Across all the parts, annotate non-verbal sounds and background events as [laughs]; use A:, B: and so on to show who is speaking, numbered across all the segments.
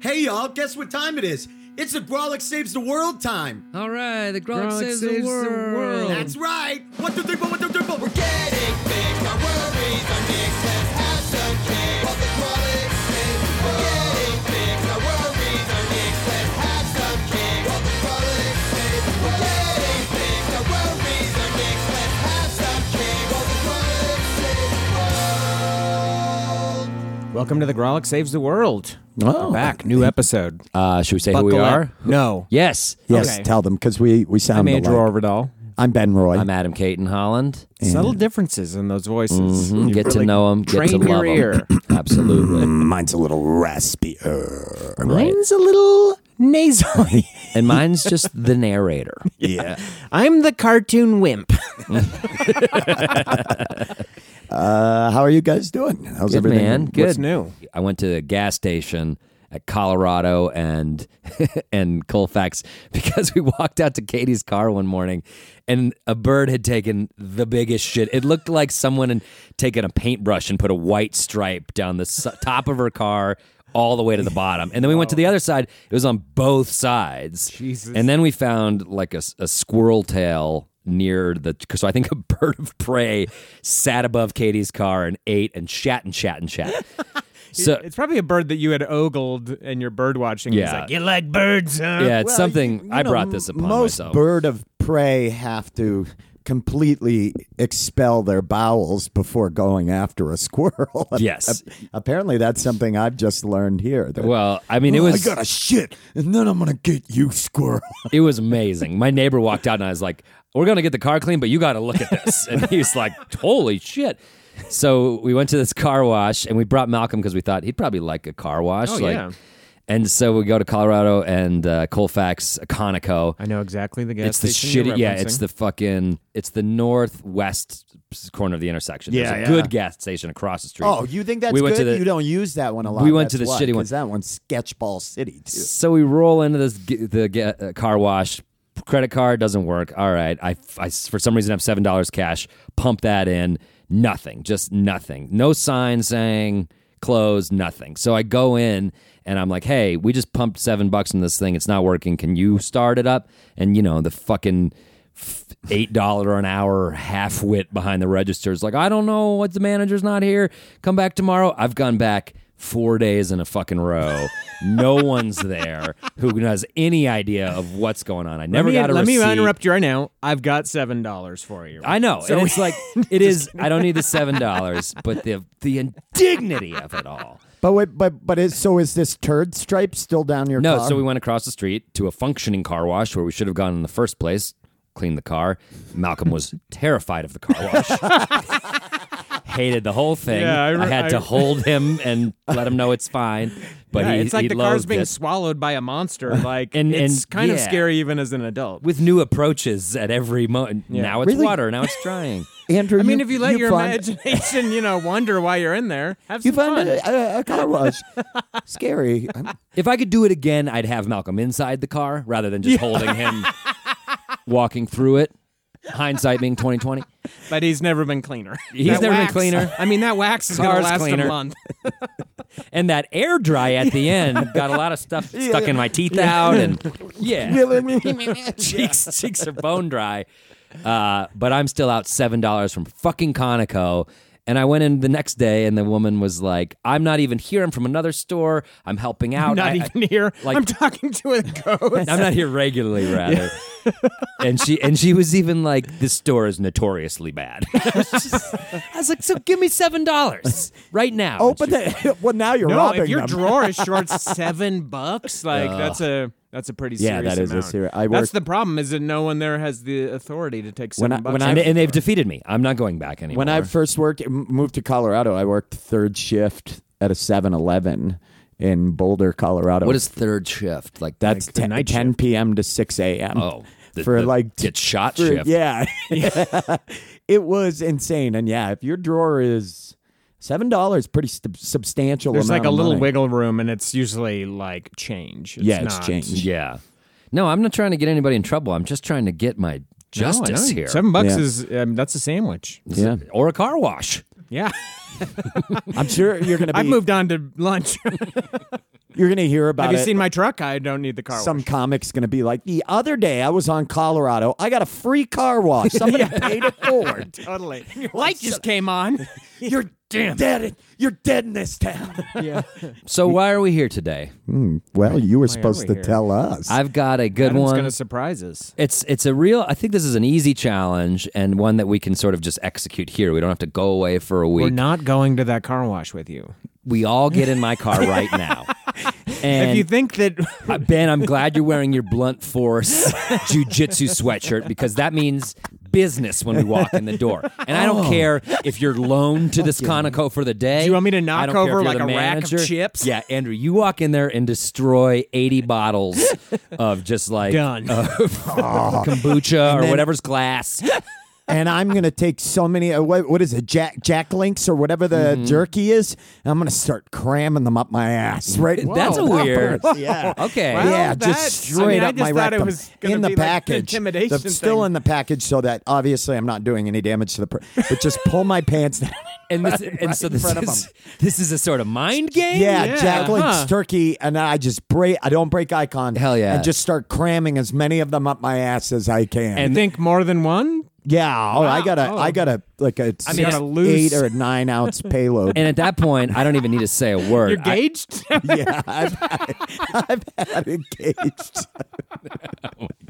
A: Hey, y'all, guess what time it is? It's the Grolic Saves the World time.
B: All right, the Grolic,
C: Grolic
B: saves,
C: saves
B: the
C: the
B: world.
C: world.
A: That's right. One, two, three, four, one, two, three, four. We're getting
C: Welcome to the Grolic Saves the World.
D: Oh.
C: We're back, new episode.
D: Uh, should we say who we
C: Buckle up.
D: are?
C: No.
D: Yes.
A: Yes,
C: Okay.
A: tell them because we we sound
C: I'm Andrew
A: alike.
C: Orvidal.
A: I'm Ben Roy.
D: I'm Adam Caton Holland.
C: Subtle differences in those voices.
D: Mhm.
C: You
D: Get to
C: really
D: know him. Get to
C: train your
D: love
C: ear.
D: him. [clears throat]
C: [clears throat]
D: Absolutely.
A: Mine's a little raspier. Right?
C: Mine's a little
D: [laughs]
C: nasally.
D: And mine's just
C: [laughs]
D: the narrator.
A: Yeah.
C: I'm the cartoon wimp.
A: [laughs]
D: [laughs]
A: Uh, how are you guys doing? How's
D: Good
A: everything?
D: man. Good.
C: What's new?
D: I went to the gas station at Colorado and [laughs] and Colfax because we walked out to Katie's car one morning and a bird had taken the biggest shit. It looked like someone had taken a paintbrush and put a white stripe down the s- top of her car all the way to the bottom. And then we went to the other side. It was on both sides.
C: Jesus.
D: And then we found like a, s- a squirrel tail near the so I think a [laughs] bird of prey sat above Katie's car and ate and shat and shat and shat. So
C: It's probably a bird that you had ogled and you're bird watching. He's
D: Yeah.
C: like, you like birds, huh?
D: yeah, it's
A: Well,
D: something
A: you- you
D: I
A: know,
D: brought this upon
A: most
D: myself.
A: bird of prey have to completely expel their bowels before going after a squirrel. [laughs]
D: Yes.
A: Apparently, that's something I've just learned here. that-
D: well, I mean, it
A: "Oh,
D: was
A: I got a shit, and then I'm gonna get you, squirrel.
D: it was amazing. My neighbor walked out and I was like, "We're gonna get the car clean, but you got to look at this." And he's like, "Holy shit!" So we went to this car wash and we brought Malcolm because we thought he'd probably like a car wash.
C: Oh,
D: like-
C: yeah.
D: And so we go to Colorado and uh, Colfax, Conoco.
C: I know exactly the gas
D: it's the
C: station.
D: shitty.
C: you're
D: Yeah, it's
C: referencing.
D: the fucking. It's the northwest corner of the intersection.
C: Yeah,
D: There's a
C: yeah.
D: good gas station across the street.
A: Oh, you think that's
D: We
A: good?
D: went to the-
A: you don't use that one a lot.
D: We went to
A: That's
D: the
A: why,
D: shitty one.
A: 'cause that one's Sketchball City too.
D: So we roll into this g- the g- uh, car wash. Credit card doesn't work. All right, I, I for some reason have seven dollars cash. Pump that in. Nothing. Just nothing. No sign saying close. Nothing. So I go in and I'm like, hey, we just pumped seven bucks in this thing. It's not working. Can you start it up? And you know the fucking. f- Eight dollar an hour half wit behind the register is like, I don't know what the manager's not here. Come back tomorrow. I've gone back four days in a fucking row.
C: [laughs]
D: No one's there who has any idea of what's going on. I never
C: let me,
D: got a
C: let me
D: receipt.
C: interrupt you right now. I've got seven dollars for you.
D: I know, and it's
C: [laughs]
D: like it is. I don't need the seven dollars, but the the indignity of it all.
A: But wait, but but is, so is this turd stripe still down your
D: No,
A: car?
D: so we went across the street to a functioning car wash where we should have gone in the first place, cleaned the car. Malcolm [laughs] was terrified of the car wash. [laughs] Hated the whole thing.
C: Yeah, I
D: I,
C: re-
D: had
C: I-
D: to hold him and let him know it's fine. But
C: Yeah,
D: he,
C: it's like
D: he
C: the car's
D: loathed
C: being
D: it.
C: swallowed by a
D: [laughs]
C: monster. Like,
D: And-
C: it's
D: and-
C: kind of
D: yeah.
C: scary even as an adult.
D: with new approaches at every moment. Now it's
A: Really?
D: water. Now it's drying.
A: Andrew,
C: I mean, if you let your
A: find-
C: imagination, you know, wander while you're in there, have some
A: you find
C: fun.
A: a, a, a
C: [laughs]
A: car wash scary. [laughs] I'm-
D: if I could do it again, I'd have Malcolm inside the car rather than just holding him walking through it. Hindsight being twenty twenty.
C: But he's never been cleaner.
D: He's
C: That
D: never been
C: wax-
D: cleaner.
C: [laughs] I mean, that wax is going to
D: Car's
C: last
D: cleaner.
C: a
D: [laughs]
C: month.
D: And that air dry at the end got a lot of stuff stuck in my teeth out and yeah. [laughs] cheeks cheeks are bone dry. Uh, but I'm still out seven dollars from fucking Conoco. And I went in the next day, and the woman was like, "I'm not even here. I'm from another store. I'm helping out.
C: Not
D: I- I-
C: even here.
D: like-
C: I'm talking to a ghost.
D: [laughs] I'm not here regularly, rather. and she and she was even like, "This store is notoriously bad." [laughs] I was like, "So give me seven dollars right now."
A: Open oh, the [laughs] well. Now
C: [laughs]
A: you're
C: no,
A: robbing
C: if your
A: them.
C: drawer
D: [laughs]
C: is short seven bucks, like that's a that's a pretty
A: Yeah,
C: serious
A: that is a
C: amount.
A: seri- I
C: that's
A: worked-
C: the problem is that no one there has the authority to take seven
A: When I-
C: bucks.
A: when
C: out
D: and,
C: of
D: and
C: the
D: they've
C: drawer.
D: defeated me. I'm not going back anymore.
A: When I first worked, m- moved to Colorado, I worked third shift at a 7-Eleven in Boulder, Colorado.
D: what is third shift like?
A: that's
D: like,
A: 10, 10 p.m. to six a.m.
D: oh the-
A: for
D: the
A: like t-
D: get shot
A: for-
C: [laughs]
D: shift.
A: Yeah, [laughs] it was insane. And yeah, if your drawer is seven dollars, pretty sub substantial.
C: There's
A: amount
C: like a
A: of
C: little
A: money.
C: wiggle room, and it's usually like change. It's
A: Yeah, it's
C: not-
A: change.
D: Yeah. No, I'm not trying to get anybody in trouble. I'm just trying to get my
C: No, Oh, I know.
D: justice here.
C: Seven bucks
A: Yeah.
C: is um, that's a
A: [laughs]
C: sandwich.
A: Yeah,
D: or a car wash.
C: Yeah, [laughs]
A: I'm sure you're gonna. Be,
C: I've moved on to lunch.
A: You're going to hear about
C: Have you
A: it.
C: seen my truck? I don't need the car
A: some
C: wash.
A: comic's going to be like, the other day I was on Colorado. I got a free car
C: [laughs]
A: wash. Somebody paid it forward. [laughs]
C: Totally. Light just came on.
A: You're dead. You're dead in this town.
C: [laughs] yeah.
D: So why are we here today?
A: [laughs] well, you were supposed
C: we
A: to
C: here?
A: tell us.
D: I've got a good
C: Adam's
D: one.
C: gonna surprise us.
D: It's it's a real. I think this is an easy challenge and one that we can sort of just execute here. We don't have to go away for a
C: We're
D: week.
C: not going to that car wash with you.
D: we all get in my car right now. And
C: if you think that [laughs]
D: Uh, ben, I'm glad you're wearing your blunt force jujitsu sweatshirt because that means business when we walk in the door. And I don't care if you're loaned to this Conoco for the day.
C: Oh. Do you want me to
D: I
C: knock
D: don't care
C: over
D: if you're
C: like
D: the
C: a rack of
D: manager.
C: chips?
D: Yeah, Andrew, you walk in there and destroy 80 bottles of just like
C: Done. [laughs]
D: of kombucha or
A: then-
D: whatever's glass.
A: and I'm going to take so many, uh, what, what is it, Jack, Jack Links or whatever the
C: Mm-hmm.
A: jerky is. and I'm going to start cramming them up my ass. Right?
D: That's
C: [laughs]
A: Whoa.
D: weird.
A: Yeah.
D: Okay.
C: Wow.
A: yeah,
C: that's-
A: just straight
C: I mean, I
A: up
C: just
A: my
C: thought it
A: rectum
C: was gonna
A: in the
C: be like an
A: package.
C: intimidation
A: The- still
C: thing.
A: in the package, so that obviously I'm not doing any damage to the. Per- but just pull my
C: [laughs]
A: pants down.
D: And this and so
A: in
D: this
A: front of
D: is this is a sort of mind game.
A: Yeah,
C: Yeah,
A: Jack Link's
C: huh.
A: turkey, and I just break. I don't break eye contact.
D: Hell yeah.
A: And just start cramming as many of them up my ass as I can.
C: you think more than one,
A: yeah, oh, I
C: Wow.
A: gotta,
C: Oh.
A: I gotta like a
D: mean,
A: six-
D: a
C: loose-
A: eight or a
C: [laughs]
A: nine ounce payload.
D: And at that point, I don't even need to say a word.
C: you're
D: I-
C: gauged. [laughs]
A: yeah, I've, I've, had engaged.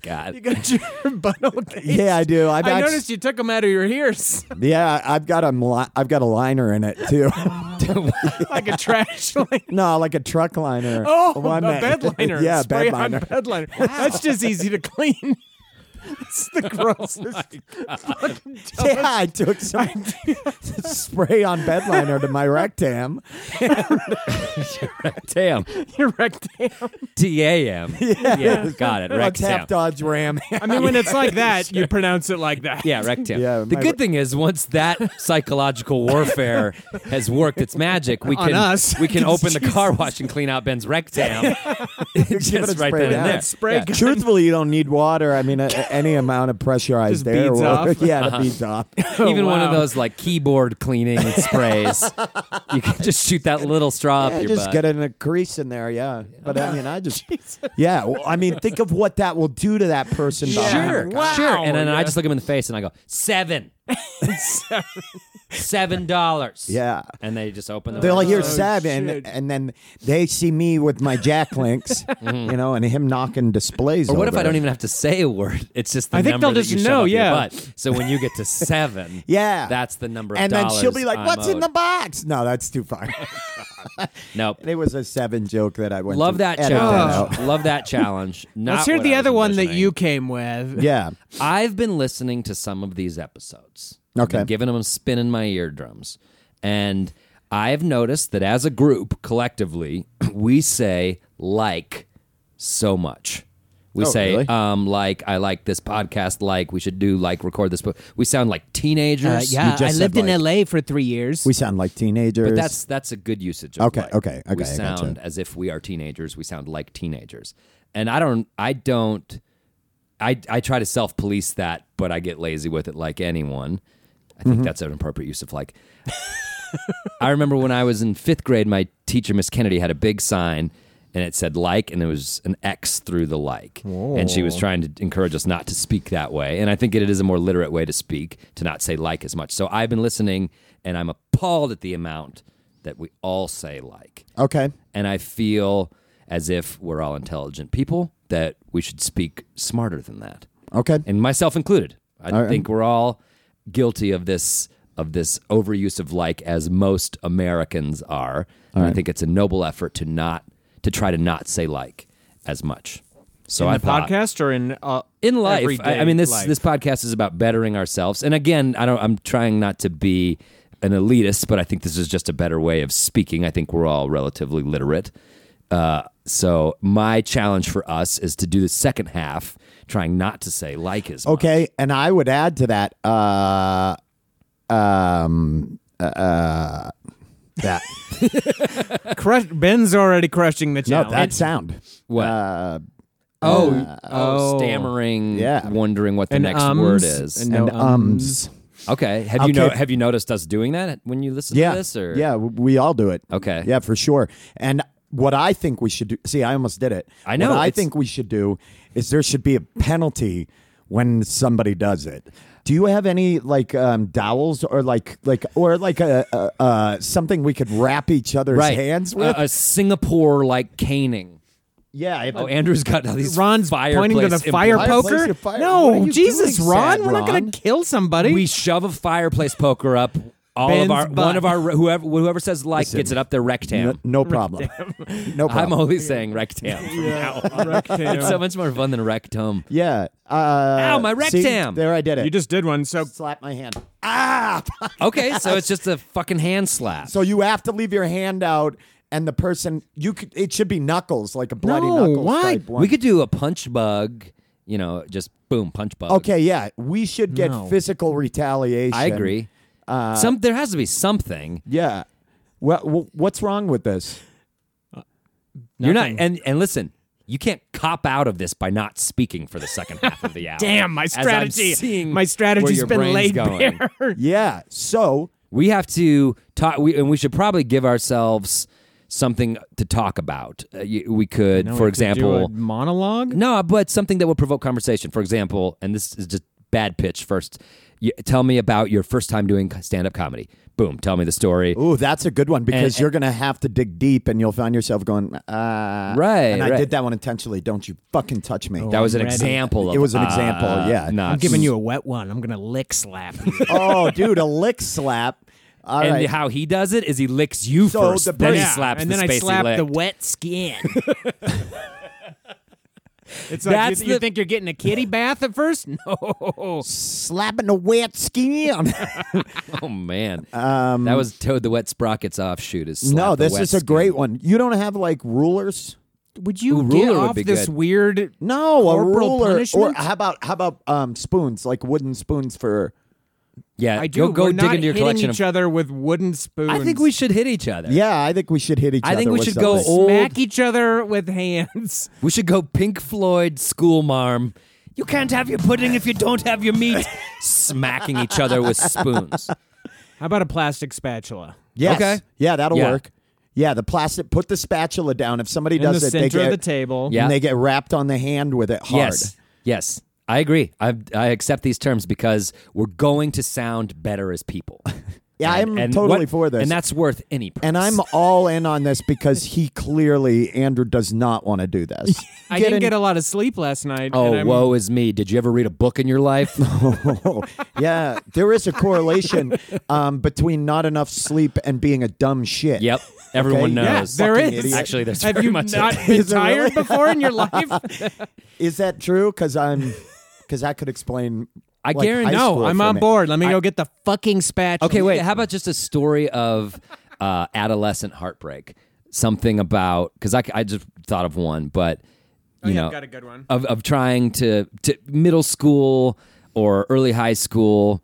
D: God.
C: got your [laughs] bundle gauged.
A: Yeah, I do. I've
C: I
A: act-
C: noticed you took them out of your ears [laughs]
A: Yeah, I've got a, li- I've got a liner in it too.
C: like
A: [laughs]
C: a trash [laughs] line.
A: No, like a truck liner.
C: Oh,
A: The
C: a
D: [laughs]
A: that- [laughs]
C: bedliner.
A: yeah,
C: Spray on bedliner.
A: bedliner.
C: That's just easy to clean. [laughs] It's
D: [laughs]
C: the
D: Oh,
C: grossest.
A: [laughs] Yeah, I
C: [laughs]
A: took some [laughs] spray on bedliner to my rectam.
C: [laughs]
D: Damn.
C: Your rectam.
D: T A
C: [laughs]
D: M. Yeah, got it.
A: A
D: Rectam.
A: tap Dodge Ram. [laughs]
C: I mean, when it's like that, you pronounce it like that.
D: Yeah, rectam.
A: Yeah,
D: the
A: my-
D: good thing is, once that psychological warfare
C: [laughs]
D: has worked its magic, we
C: On
D: can
C: us. [laughs]
D: we can open the car wash and clean out Ben's rectam.
A: Give it
D: Just
A: a
D: right
A: spray
D: then
A: down.
C: [laughs]
D: and there.
C: Spray gun.
A: Truthfully, you don't need water. I mean, a,
C: [laughs]
A: a- any amount of pressurized
C: Just
A: air
C: beads
A: will-
C: off.
A: [laughs]
C: Uh-huh.
A: yeah, it
C: [laughs]
A: beads off.
D: Even one of
C: wow.
D: those like keyboard
C: [laughs]
D: cleaning sprays, you can just shoot that little straw
A: Yeah,
D: up your
A: just
D: butt.
A: get in a crease in there, yeah. But I mean,
C: [laughs]
A: I just, yeah. Well, I mean, think of what that will do to that person. behind
D: Sure,
A: the
C: Wow.
D: sure. And then I
C: Yeah.
D: just look him in the face and I go,
C: [laughs]
D: seven. [laughs] seven dollars.
A: Yeah.
D: And they just open the
A: They'll hear
C: Oh,
A: seven,
C: shit.
A: and then they see me with my jack
D: [laughs]
A: links, you know, and him knocking displays.
D: Mm-hmm. Or what if
A: over.
D: I don't even have to say a word? It's just the
C: I think
D: number
C: they'll
D: that
C: just
D: you shove
C: know,
D: up your
C: yeah.
D: butt. So when you
C: [laughs]
D: get to seven,
A: Yeah.
D: that's the number of
A: And then
D: dollars
A: she'll be like,
D: I'm
A: "What's in
D: owed."
A: the box?" No, that's too far. [laughs]
D: Nope.
A: it was a seven joke that I went.
D: Love
A: to
D: that
A: edit out.
D: challenge. Love that challenge. Not
C: Let's hear
D: what
C: the
D: I was
C: other one that
D: envisioning.
C: you came with.
A: Yeah.
D: I've been listening to some of these episodes. I've
A: Okay.
D: been giving them a spin in my eardrums. And I've noticed that as a group, collectively, [clears throat] we say like so much. We
A: Oh,
D: say,
A: really?
D: um, like, I like this podcast, like, we should do, like, record this. But we sound like
C: Uh,
D: teenagers.
A: You just said like-
C: LA for three years.
A: We sound like teenagers.
D: But that's that's a good usage. Of
A: Okay,
D: like.
A: okay, okay,
D: We
A: I gotcha.
D: sound as if we are teenagers. We sound like teenagers, and I don't. I don't. I I try to self police that, but I get lazy with it, like anyone. I think
A: Mm-hmm.
D: that's an appropriate use of like. I remember when I was in fifth grade, my teacher, Miss Kennedy, had a big sign and it said like, and it was an X through the like. And she was trying to encourage us not to speak that way. And I think it is a more literate way to speak, to not say like as much. So I've been listening and I'm appalled at the amount that we all say like.
A: okay.
D: And I feel as if we're all intelligent people, that we should speak smarter than that
A: Okay.
D: and myself included. I
A: All right.
D: think we're all guilty of this of this overuse of like as most Americans are. And I think it's a noble effort to not to try to not say like as much. So
C: in
D: I
C: the
D: thought,
C: podcast or in uh,
D: in life. I,
C: everyday
D: I mean, this
C: life?
D: this podcast is about bettering ourselves. And again, I don't. I'm trying not to be an elitist, but I think this is just a better way of speaking. I think we're all relatively literate. Uh, so my challenge for us is to do the second half, trying not to say like as much.
A: Okay. And I would add to that. Uh, um. Uh.
D: [laughs]
A: That.
C: Crush, Ben's already crushing the
A: no,
C: challenge.
A: that sound.
D: What?
A: Uh,
D: oh,
C: oh.
D: stammering,
A: Yeah.
D: wondering what the
C: And
D: next
C: ums
D: word is. um,
C: and- um,
A: and
C: No,
A: ums.
D: okay, have you know
A: Okay.
D: have you noticed us doing that when you listen
A: Yeah.
D: to this? Or
A: Yeah. w- We all do it.
D: Okay.
A: Yeah, for sure. And what I think we should do. See, I almost did it.
D: I know,
A: What I
D: it's-
A: think we should do is there should be a penalty when somebody does it. Do you have any like um, dowels or like like or like a, a, a something we could wrap each other's
D: right. Uh,
A: hands
D: A-
A: with?
D: a Singapore like caning. [laughs]
A: yeah. I have
D: Oh,
A: a-
D: Andrew's got all these
C: Ron's
D: fireplace
C: pointing to the fire
D: implements.
A: Fireplace
C: poker.
A: or fire- What are
C: No,
A: you
C: Jesus,
A: doing,
C: Ron,
A: sad
C: we're not
A: Ron?
C: gonna kill somebody. [laughs]
D: We shove a fireplace poker up. All
C: Ben's
D: of our one
C: butt.
D: of our whoever whoever says like gets it up their rectam.
A: no, no problem. no
D: I'm
A: problem.
C: Oh.
D: only saying rectam.
C: [laughs]
D: It's so much more fun than rectum.
A: yeah. Uh,
D: Ow, my
A: see?
D: rectam.
A: there, I did it.
C: you just did one, so
A: slap my hand.
D: Okay,
C: [laughs]
D: so it's just a fucking hand slap.
A: So you have to leave your hand out, and the person you could it should be knuckles, like a bloody
C: No,
A: knuckles
C: why?
A: type one.
D: we could do a punch bug. You know, just boom, punch bug.
A: okay, yeah, we should get
C: No.
A: physical retaliation.
D: I agree. Some there has to be something.
A: Yeah. Well, w- what's wrong with this?
D: You're not and and listen, you can't cop out of this by not speaking for the second
C: [laughs]
D: half of the hour.
C: damn, my
D: As I'm
C: strategy,
D: seeing
C: my
D: where
C: strategy's
D: your
C: been
D: brain's
C: laid
D: going.
C: [laughs] bare.
A: Yeah. So
D: We have to talk, we, and we should probably give ourselves something to talk about. Uh, you, we could, for example,
C: monologue.
D: no, but something that will provoke conversation. For example, and this is just bad pitch first. You, tell me about your first time doing stand up comedy. Boom, tell me the story.
A: Ooh, that's a good one because
D: And-
A: you're gonna have to dig deep, and you'll find yourself going, uh,
D: Right,
A: And I
D: right. Oh.
A: did that one intentionally. Don't you fucking touch me.
D: That was an
C: I'm ready.
D: example. Of,
A: It was an example,
D: uh,
A: yeah. I'm
D: nuts.
C: I'm giving you a wet one. I'm gonna lick slap. you.
A: [laughs] oh, dude, a lick slap. All right.
D: and how he does it is he licks you
A: So
D: first,
A: the
D: then he
A: person-
D: slaps
C: and [laughs]
D: the
C: then I
D: space he
C: slap the
D: licked.
C: wet [laughs] skin. it's like
D: That's
C: you, you
D: the-
C: think you're getting a kitty bath at first? [laughs] No.
A: slapping the wet skin. [laughs]
D: [laughs] Oh man, that was Toad the Wet Sprocket's offshoot. Is slap
A: Um, no,
D: the
A: this
D: wet
A: is a
D: skin.
A: great one. You don't have like rulers.
C: Would you
D: Ooh,
C: get
D: ruler would
C: off
D: be
C: this
D: good.
C: weird?
A: No, a
C: Corporal
A: ruler.
C: punishment?
A: Or how about how about um, spoons, like wooden spoons for?
D: Yeah,
C: I do.
D: Go, go
C: We're
D: dig
C: not
D: into your
C: hitting
D: collection.
C: each
D: of,
C: other with wooden spoons.
D: I think we should hit each other.
A: Yeah, I think we should hit each
D: I
A: other.
D: think we
A: with
D: should go
A: something.
D: old-
C: smack each other with hands. [laughs]
D: we should go Pink Floyd school marm. You can't have your pudding if you don't have your
A: [laughs]
D: meat. Smacking each other with spoons.
C: How about a plastic spatula?
A: Yes.
D: Okay.
A: Yeah, that'll
D: Yeah.
A: work. Yeah, the plastic. Put the spatula down. If somebody
C: In the
A: does it, they
C: center
A: get
C: of the table.
D: Yeah.
A: and they get wrapped on the hand with it hard.
D: Yes, yes, I agree. I I accept these terms because we're going to sound better as people.
A: [laughs] Yeah, I'm
D: And- and
A: totally
D: what-
A: for this.
D: and that's worth any. Price.
A: And I'm all in on this because he clearly Andrew does not want to do this.
D: [laughs]
C: I
A: Get
C: didn't
A: in-
C: get a lot of sleep last night. and
D: Oh,
C: I'm-
D: woe is me. Did you ever read a book in your
A: [laughs]
D: life?
A: yeah, there is a correlation um, between not enough sleep and being a dumb shit.
D: yep. Everyone
A: yeah,
D: knows.
C: there
A: Fucking
C: is.
A: idiot.
D: Actually, there's
C: Have
D: very
C: you
D: much a-
A: [laughs]
C: not been
A: Is there
C: tired
A: really?
C: before in your [laughs] life?
A: Is that true? Because I'm, because I could explain.
D: I
A: like,
D: guarantee-
A: high
D: No,
A: school
C: No, I'm
A: for
C: on
A: me.
C: board. Let me go get the fucking spatula.
D: Okay, wait. How about just a story of uh, adolescent heartbreak? Something about because I, c- I just thought of one, but
C: Oh,
D: you
C: yeah,
D: know,
C: I've got a good one.
A: uh,
D: of of trying to to middle school or early high school,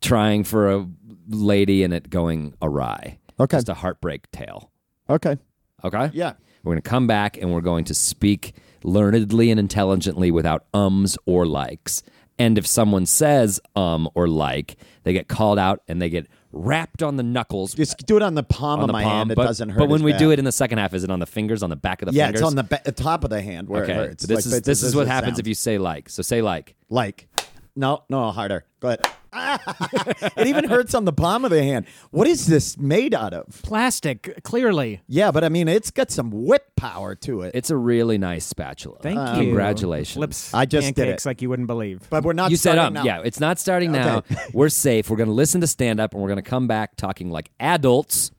D: trying for a lady and it going awry.
A: Okay.
D: just a heartbreak tale.
A: Okay.
D: Okay,
A: Yeah.
D: We're going to come back and we're going to speak learnedly and intelligently without ums or likes. And if someone says um or like, they get called out and they get wrapped on the knuckles.
A: Just do it on the palm
D: on
A: of
D: the
A: my
D: palm,
A: hand. It
D: but,
A: doesn't hurt.
D: But when
A: as
D: we do
A: bad.
D: it in the second half, is it on the fingers, on the back of the
A: yeah,
D: fingers?
A: it's on the ba- the top of the hand where
D: Okay,
A: it hurts.
D: but this
A: Like,
D: is
A: but
D: this is what
A: the
D: happens
A: sound.
D: if you say like. So say like.
A: like. No, no, harder. Go ahead. [laughs] it even hurts on the palm of the hand. What is this made out of?
C: Plastic, clearly.
A: Yeah, but I mean, it's got some whip power to it.
D: It's a really nice spatula.
C: Thank
D: Um,
C: you.
D: Congratulations.
C: Lips
A: Uh, I just did
C: pancakes
A: it.
C: like you wouldn't believe.
A: But we're not.
D: you um, set up.
A: starting now.
D: Yeah, it's not starting now.
A: [laughs] Okay.
D: we're safe. We're going to listen to stand up and we're going to come back talking like adults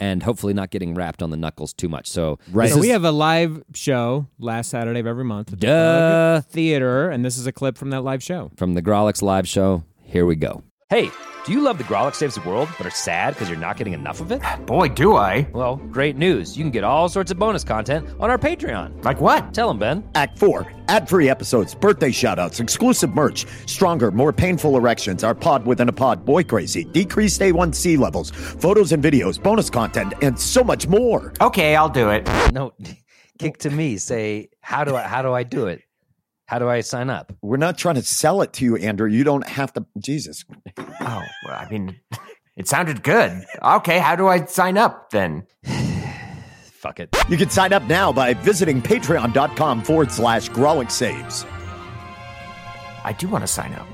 D: and hopefully not getting wrapped on the knuckles too much. So,
A: Right.
D: this
C: So
D: is-
C: we have a live show last Saturday of every month at the
D: Duh.
C: Bug Theater, and this is a clip from that live show.
D: from the Grolix live show. Here we go. Hey, do you love the Grolix Saves the World but are sad because you're not getting enough of it?
E: Boy, do I.
D: Well, great news. You can get all sorts of bonus content on our Patreon.
E: Like what?
D: Tell them, Ben.
A: Act four, ad free episodes, birthday shout outs, exclusive merch, stronger, more painful erections, our pod within a pod, boy crazy, decreased A1C levels, photos and videos, bonus content, and so much more.
E: Okay, I'll do it.
D: [laughs] No, [laughs] kick to me. Say, how do I how do I do it? How do I sign up?
A: We're not trying to sell it to you, Andrew. You don't have to. Jesus.
E: Oh, well, [laughs] I mean, it sounded good. Okay, how do I sign up then?
D: fuck it.
F: You can sign up now by visiting patreon.com forward slash Grolic Saves.
B: I do want to sign up.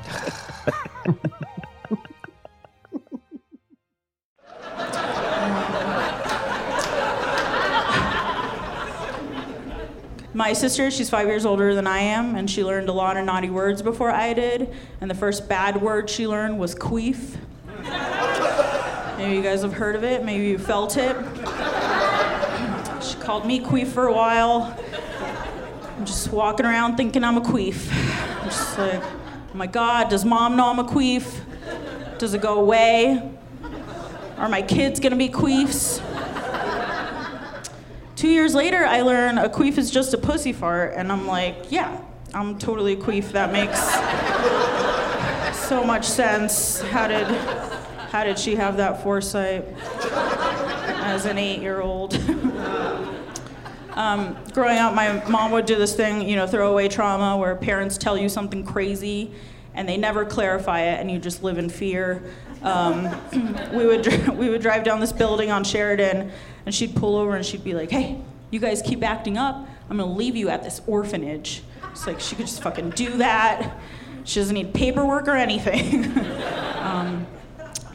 G: My sister, she's five years older than I am, and she learned a lot of naughty words before I did. And the first bad word she learned was queef. Maybe you guys have heard of it, maybe you felt it. She called me queef for a while. I'm just walking around thinking I'm a queef. I'm just like, oh my god, does mom know I'm a queef? Does it go away? Are my kids gonna be queefs? Two years later, I learn a queef is just a pussy fart, and I'm like, yeah, I'm totally a queef. That makes so much sense. How did, how did she have that foresight as an eight year old? [laughs] um, growing up, my mom would do this thing, you know, throwaway trauma, where parents tell you something crazy and they never clarify it, and you just live in fear. Um, we would dr- [laughs] we would drive down this building on Sheridan, and she'd pull over and she'd be like, "Hey, you guys keep acting up. I'm gonna leave you at this orphanage." It's like she could just fucking do that. She doesn't need paperwork or anything. [laughs] Um,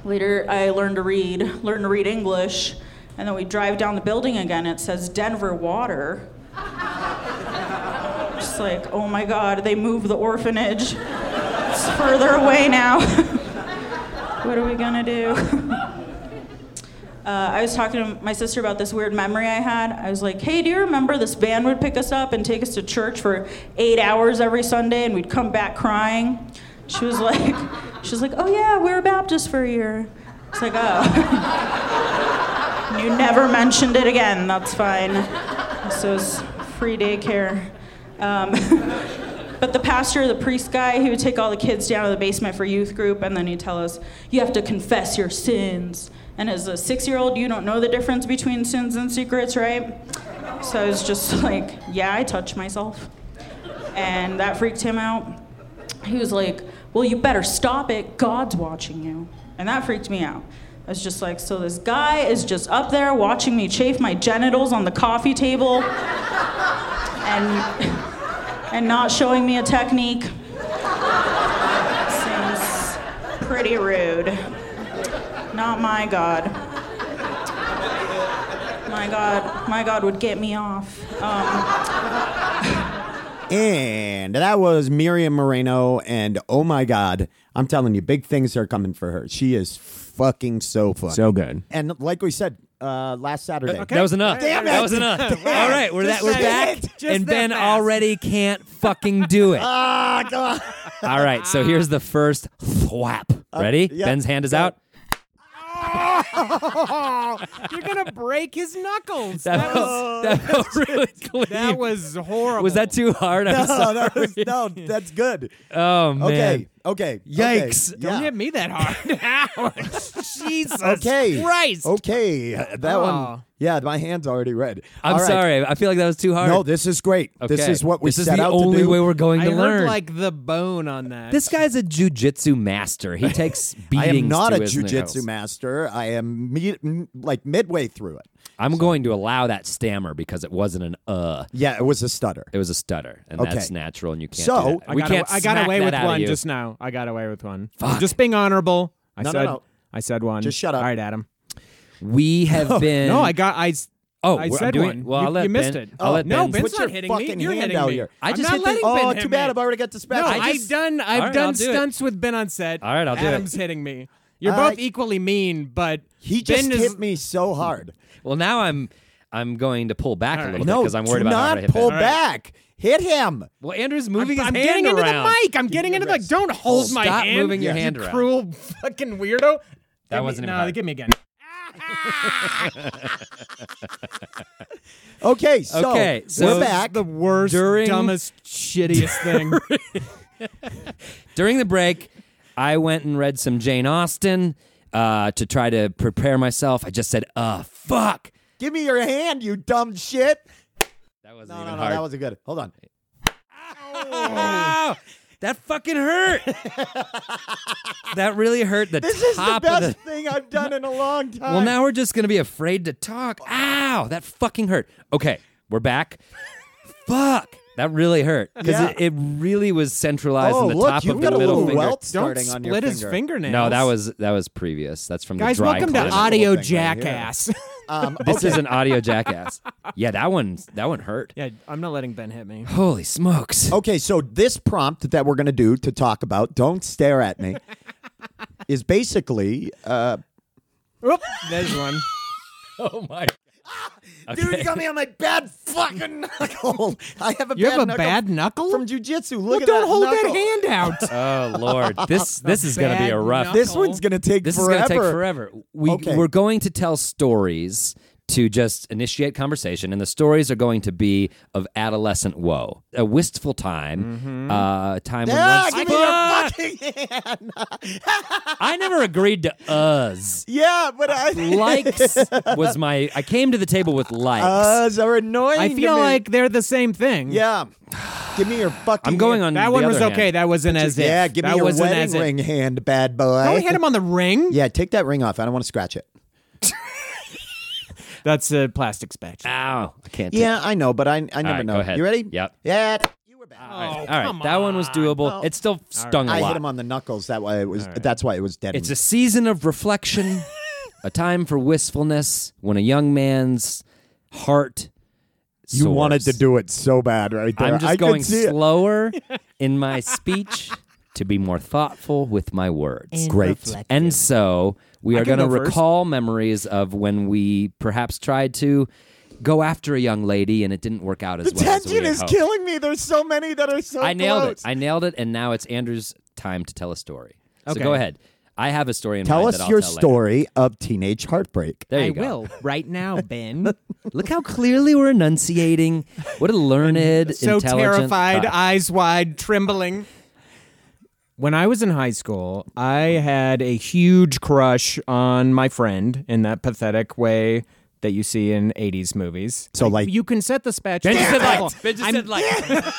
G: Later, I learned to read, learned to read English, and then we drive down the building again. It says Denver Water. Just like, oh my God, they moved the orphanage. It's further away now. [laughs] what are we gonna do? [laughs] Uh, I was talking to my sister about this weird memory I had. I was like, hey, do you remember this van would pick us up and take us to church for eight hours every Sunday and we'd come back crying? She was like, [laughs] she was like, oh yeah, we were Baptist for a year. It's like, oh. [laughs] you never mentioned it again, that's fine. So it's free daycare. Um, But the pastor, the priest guy, he would take all the kids down to the basement for youth group, and then he'd tell us, You have to confess your sins. And as a six year old, you don't know the difference between sins and secrets, right? So I was just [laughs] like, Yeah, I touched myself. And that freaked him out. He was like, Well, you better stop it. God's watching you. And that freaked me out. I was just like, So this guy is just up there watching me chafe my genitals on the coffee table. And and not showing me a technique seems pretty rude. Not my God. My God, my God would get me off. Um,
A: And that was Miriam Moreno. And oh my God, I'm telling you, big things are coming for her. She is fucking so funny.
C: So good.
A: And like we said uh, last Saturday, [laughs]
C: okay.
D: That was enough.
A: Damn it.
D: That was enough.
A: [laughs] Damn.
D: All right, we're that
A: Just
D: we're
A: that-
D: back,
A: just
D: and
C: that
D: Ben
C: fast.
D: already can't fucking do it. All
A: [laughs] Ah, come on. Uh,
D: right, so here's the first thwap. Ready?
A: yeah.
D: Ben's hand is out.
C: You're gonna break his knuckles.
D: [laughs] That,
C: That was
D: felt, that
A: [laughs]
D: felt really clean. [laughs]
C: that was horrible.
D: Was that too hard? I'm [laughs]
A: no,
D: sorry.
A: Oh, that was, no, that's good.
D: Oh man.
A: Okay, okay.
D: Yikes.
A: Okay.
C: Don't
A: Yeah.
C: hit me that hard. [laughs] Ouch. Jesus
A: Okay.
C: Christ.
A: Okay. That
C: Oh.
A: one. Yeah, my hand's already red.
D: I'm
A: All right.
D: sorry. I feel like that was too hard.
A: No, this is great. This
D: Okay.
A: is what we
D: This is
A: set
D: the
A: out
D: only
A: to do.
D: way we're going
C: I
D: to
C: heard
D: learn.
C: like the bone on that.
D: this guy's a jujitsu master.
A: [laughs]
D: He takes beatings.
A: I am not
D: to
A: a
D: his
A: jujitsu
D: knuckles.
A: master. I am me- m- like midway through it.
D: I'm going to allow that stammer because it wasn't an uh.
A: Yeah, it was a stutter.
D: It was a stutter, and
A: Okay.
D: that's natural, and you can't.
A: So-
D: do that.
C: I
D: we
C: got,
D: can't.
C: I got
D: smack
C: away
D: that
C: with
D: out of
C: one
D: you.
C: just now. I got away with one.
D: Fuck.
C: Just being honorable. I
A: No, no,
C: said
A: no.
C: I said one.
A: Just shut up.
C: All right, Adam.
D: We have
C: [laughs]
D: been.
C: No, I got I s-
D: Oh,
C: I
D: we're- I'm
C: said
D: doing-
C: one.
D: Well,
C: you,
D: I'll let
C: you missed
D: Ben-
C: it.
D: I'll let
C: no,
D: Ben-
C: Ben's
A: Put
C: not
A: your
C: hitting me.
A: fucking
C: You're
A: hand
C: hitting
A: out
C: me.
A: here.
D: I
C: I'm
D: just
C: not
D: hit the-
C: letting Ben
A: Oh,
C: hit
A: too
C: me.
A: bad. I've already got the spell.
C: No,
D: I
C: I
D: just-
C: have done. I've
D: All right, I'll
C: done
D: do it.
C: stunts with Ben on set.
D: All right, I'll do it.
C: Adam's hitting me. You're
A: All
C: both
A: right.
C: equally mean, but
A: he just
C: ben is,
A: hit me so hard.
D: Well, now I'm. I'm going to pull back a little bit
A: No,
D: because I'm worried
A: do
D: about how
A: not
D: to hit
A: pull
D: Ben.
A: back. Hit him.
D: Well, Andrew's moving
C: I'm
D: his hand
C: getting into
D: around.
C: the mic. I'm getting into the mic. Don't hold my
D: Stop
C: hand.
D: moving your
C: you
D: hand around.
C: cruel fucking weirdo.
D: That
C: Give me-
D: wasn't
C: No,
D: invited.
C: give me again.
A: Okay, so,
D: Okay, so
A: we're back.
C: The worst,
D: During-
C: dumbest,
D: [laughs]
C: shittiest thing.
D: During the break, I went and read some Jane Austen uh, to try to prepare myself. I just said, "Uh, fuck."
A: Give me your hand, you dumb shit.
D: That wasn't
A: No,
D: even
A: no, no,
D: hard.
A: that wasn't good. Hold on.
D: Oh! That fucking
A: [laughs]
D: hurt. that really hurt the
A: This is the
D: top of
A: best
D: the.
A: thing I've done in
C: [laughs]
A: a long time.
D: Well, now we're just gonna be afraid to talk. Ow, that fucking hurt. Okay, we're back. Fuck, that really hurt because
A: Yeah.
D: it, it really was centralized
A: oh,
D: in the
A: look,
D: top
A: you've
D: of
A: got
D: the
A: a
D: middle
A: little
D: finger.
A: welt
C: Don't
A: starting on your
C: split his fingernail.
D: No, that was that was previous. That's from
C: guys.
D: the dry
C: Welcome to
D: cleaning.
C: Audio
A: Little thing right here.
C: Jackass.
A: Um,
D: This is an audio
A: [laughs]
D: jackass. Yeah, that one that one hurt.
C: yeah, I'm not letting Ben hit me.
D: Holy smokes.
A: Okay, so this prompt that we're going to do to talk about, don't stare at me, is basically. Uh,
C: Oop, there's one.
D: [laughs] Oh my.
A: Dude, you got me on my bad fucking knuckle. I have a
C: You
A: bad
C: have a
A: knuckle
C: bad knuckle.
A: from jujitsu. Look
C: well,
A: at
C: don't
A: that
C: hold
A: knuckle.
C: that hand out.
D: Oh
A: [laughs]
D: lord. This this is going to be
C: bad
D: a rough.
A: This one's going to take
D: This
A: forever.
D: is going to take forever. We
A: Okay.
D: we're going to tell stories to just initiate conversation, and the stories are going to be of adolescent woe, a wistful time, uh, a time
A: Mm-hmm. Yeah,
D: when one's,
A: give me
D: Fuck!
A: your fucking hand.
D: I never agreed to us.
A: Yeah, but I.
D: Likes was my. I came to the table with likes.
A: Uhs are annoying.
C: I
A: to
C: feel
A: me.
C: like they're the same thing.
A: Yeah. Give me your fucking.
D: I'm going on.
A: hand.
C: that
D: the
C: one was
D: other hand.
C: okay. That wasn't as if.
A: Yeah, give me
C: that
A: your
C: wasn't
A: wedding
C: as if.
A: ring hand, bad boy.
C: Don't hit him on the ring.
A: Yeah, take that ring off. I don't want to scratch it.
C: That's a plastic spatula.
D: Ow! I can't. take-
A: Yeah, I know, but I I never
D: right,
A: know.
D: go ahead.
A: You ready?
D: Yep.
A: Yeah. You were bad.
C: Oh,
D: All right, that one was doable. it still stung a
A: I
D: lot.
A: hit him on the knuckles. That way it was. That's why it was dead.
D: It's a season
C: [laughs]
D: of reflection, a time for wistfulness when a young man's heart.
A: you wanted to
D: soars.
A: do it so bad, right there.
D: I'm just
A: I could
D: going
A: see it. [laughs]
D: slower in my speech to be more thoughtful with my words.
A: Great.
D: And so we
C: I
D: are
C: can
D: going to
C: go first.
D: recall memories of when we perhaps tried to go after a young lady and it didn't work out as
A: The
D: well. as we
A: tension
D: had
A: is
D: hoped.
A: killing me. There's so many that are so.
D: I nailed
A: close.
D: it. I nailed it. And now it's Andrew's time to tell a story. So
C: Okay.
D: go ahead. I have a story in
A: Tell
D: mind
A: us
D: that I'll
A: your
D: tell later.
A: story of teenage heartbreak.
D: There you
C: I
D: go.
C: will right now, [laughs] Ben.
D: Look how clearly we're enunciating. What a learned,
C: so
D: intelligent
C: terrified,
D: thought.
C: eyes wide, trembling. When I was in high school, I had a huge crush on my friend in that pathetic way that you see in 80s movies.
A: So, like-
C: you can set the spatula.
D: Ben just said
C: level.
D: like. Ben just
C: I'm-
D: said like.
C: [laughs]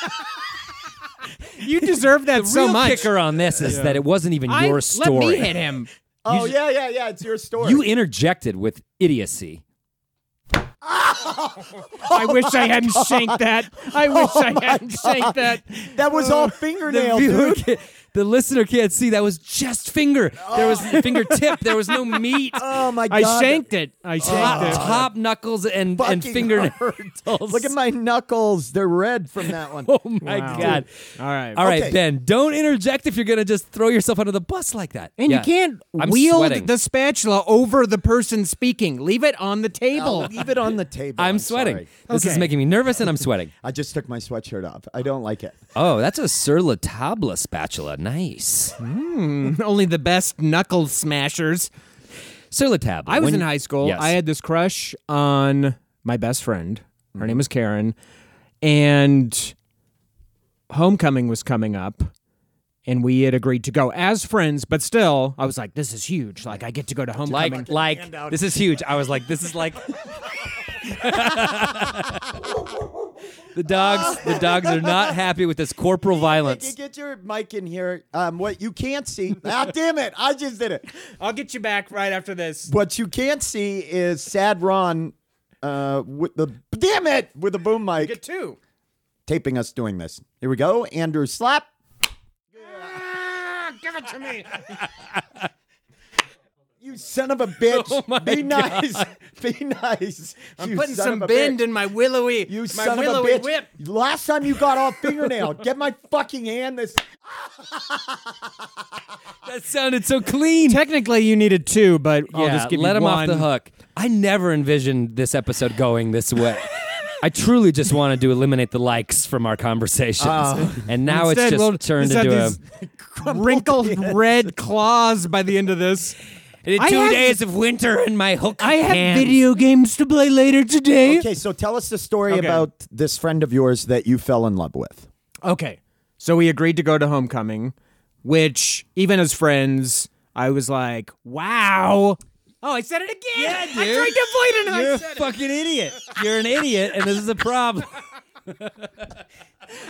C: You deserve that so
D: real
C: much.
D: kicker on this is that it wasn't even
C: I-
D: your story.
C: Let me hit him.
A: Oh yeah, yeah, yeah. It's your story.
D: You interjected with idiocy.
C: I wish I hadn't shanked that. I wish I hadn't shanked that.
A: that was all
D: [laughs] The,
A: fingernail,
D: viewer
A: dude.
D: can, the listener can't see that was just finger. There was fingertip. There was no meat.
A: Oh my god.
C: I shanked it. I shanked
D: top,
C: it.
D: top knuckles and
A: Fucking
D: and fingernails.
A: Look at my knuckles. They're red from that one.
D: [laughs] Oh my
C: Wow.
D: god!
C: All right.
D: All right,
A: Okay.
D: Ben, don't interject if you're gonna just throw yourself under the bus like that.
C: And
D: Yeah.
C: you can't
D: I'm
C: wield
D: sweating.
C: the spatula over the person speaking. Leave it on the
A: I'll
C: table.
A: Oh, leave it on the
D: [laughs]
A: table.
D: Oh, I'm sweating.
A: sorry.
D: This is
C: Okay.
D: making me nervous, and I'm sweating. [laughs]
A: I just took my sweatshirt off. I don't like it.
D: Oh, that's a Sur La Table spatula. Nice.
C: [laughs] Only the best knuckle smashers.
D: Sur La Table.
C: I was
D: When-
C: in high school.
D: Yes.
C: I had this crush on my best friend.
D: Mm-hmm.
C: Her name was Karen. And homecoming was coming up. And we had agreed to go as friends, but still, I was like, this is huge. Like, I get to go to homecoming.
D: like like this is huge. I was like, this is [laughs] like. the dogs, the dogs are not happy with
C: [laughs]
D: this corporal
A: Hey,
D: violence.
A: get your mic in here. Um, what you can't see. ah, damn it! I just did it.
C: I'll get you back right after this.
A: What you can't see is Sad Ron uh, with the damn it with the boom mic
C: Get two.
A: taping us doing this. Here we go. Andrew slap.
C: Give it to
D: [laughs]
C: me.
A: You son of a bitch.
D: my
A: Be nice. [laughs] Be nice.
C: I'm
A: You
C: putting
A: son
C: some
A: of a
C: bend
A: bitch.
C: in my willowy,
A: You
C: my
A: son of a
C: willowy
A: bitch.
C: whip.
A: Last time you got all fingernail. Get my fucking hand this.
D: [laughs] That sounded so clean.
C: Technically, you needed two, but I'll
D: yeah,
C: just give
D: let
C: you
D: him
C: one.
D: off the hook. I never envisioned this episode going this [laughs] way. I truly just wanted to eliminate the likes from our conversations, and
C: Instead,
D: now it's just
C: we'll-
D: turned
C: instead
D: into a.
C: these [laughs]
A: [laughs]
C: wrinkled red claws by the end of this.
D: I had
C: I
D: two
C: have-
D: days of winter and my hook.
C: I have
D: hands.
C: video games to play later today.
A: [laughs] Okay, so tell us the story
C: Okay.
A: about this friend of yours that you fell in love with.
C: Okay. So we agreed to go to homecoming, which even as friends, I was like, "Wow." Oh, I said it again. Yeah, dude. I tried to avoid it. and I
D: You're a
C: said it. [laughs]
D: fucking idiot. You're an idiot, and this is a problem.
C: Ow!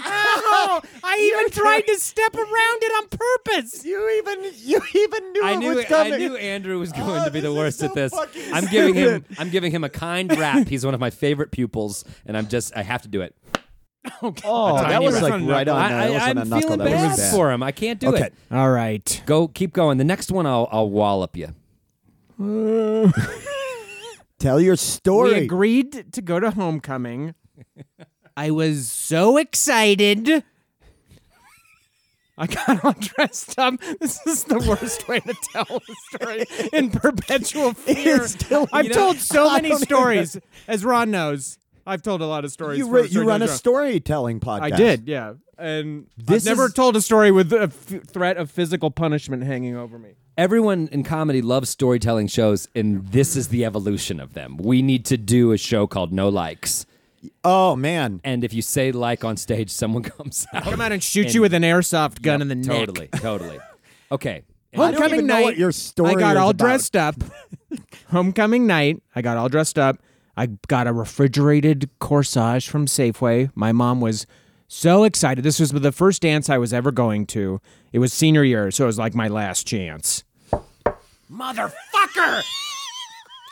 C: Oh, I even tried to step around it on purpose. Oh,
A: You even you even knew
D: I
A: it
D: knew
A: was coming.
D: I knew Andrew was going
A: Oh,
D: to be
A: this
D: the
A: is
D: worst
A: so
D: at this.
A: fucking
D: I'm giving him I'm giving him a kind rap. He's one of my favorite pupils, and I'm just I have to do it.
A: oh,
D: tiny
A: that was
D: rat.
A: like right on.
D: I,
A: That
D: I,
A: wasn't a
D: I'm
A: knuckle.
D: feeling
A: That was
D: bad
A: bad.
D: for him. I can't do
A: Okay.
D: it.
C: All right.
D: Go, keep going. The next one, I'll I'll wallop you.
A: Tell your
C: We
A: story.
C: agreed to go to
A: [laughs]
C: homecoming. I was so excited. I got all dressed up. This is the worst way to tell a story in
A: [laughs]
C: perpetual fear.
A: is still-
C: I've
A: you know,
C: told so
A: [laughs] I
C: many
A: don't even-
C: stories, as Ron knows. I've told a lot of stories.
A: You,
C: for
A: ri- you
C: Strange
A: run a
C: Drunk.
A: storytelling podcast.
C: I did, yeah. And
D: This
C: I've never
D: is-
C: told a story with a f- threat of physical punishment hanging over me.
D: Everyone in comedy loves storytelling shows, and this is the evolution of them. We need to do a show called No Likes,
A: Oh man,
D: and if you say like on stage, [laughs] someone comes out.
C: Come out and shoot you with an airsoft gun in the neck.
D: totally, totally. Okay,
A: I don't
C: Homecoming
A: even know
C: night,
A: what your story
C: I got
A: is
C: all
A: about.
C: dressed up. [laughs] Homecoming night, I got all dressed up. I got a refrigerated corsage from Safeway. My mom was so excited. This was the first dance I was ever going to. It was senior year, so it was like my last chance. [laughs] Motherfucker!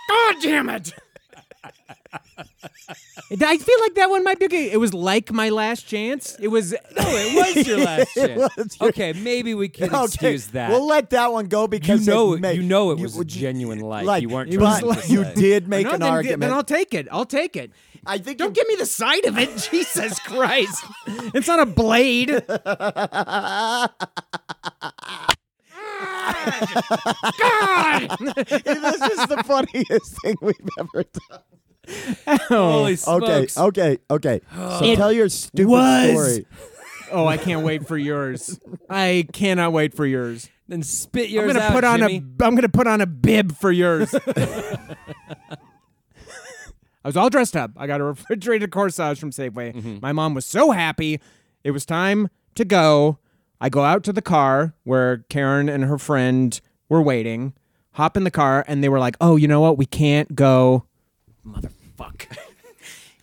C: God damn it! I feel like that one might be okay. It was like my last chance. It was. No, it
D: It's
C: [laughs]
D: your last chance.
A: was your-
D: Okay, maybe we can
A: Okay,
D: excuse that.
A: We'll let that one go because
D: You know-
A: it may-
D: you know it was a genuine like. You weren't
A: but
D: trying to
A: you
D: say.
A: did [laughs] make
C: No,
A: an
C: then,
A: argument.
C: Then I'll take it. I'll take it.
A: I think
C: Don't
A: you-
C: give me the side of it. [laughs] Jesus Christ. It's not a [laughs] blade.
A: this is [laughs] the funniest thing we've ever [laughs] done.
C: Oh.
D: Holy
A: Okay,
D: smokes.
A: okay, okay. So
C: It
A: tell your stupid
C: was-
A: story.
C: Oh, I can't wait for yours. I cannot wait for yours.
D: Then spit yours
C: I'm gonna
D: out,
C: put on
D: Jimmy.
C: a I'm gonna put on a bib for [laughs] yours. I was all dressed up. I got a refrigerated corsage from Safeway. My mom was so happy. It was time to go. I go out to the car where Karen and her friend were waiting. Hop in the car and they were like, "Oh, you know what? We can't go."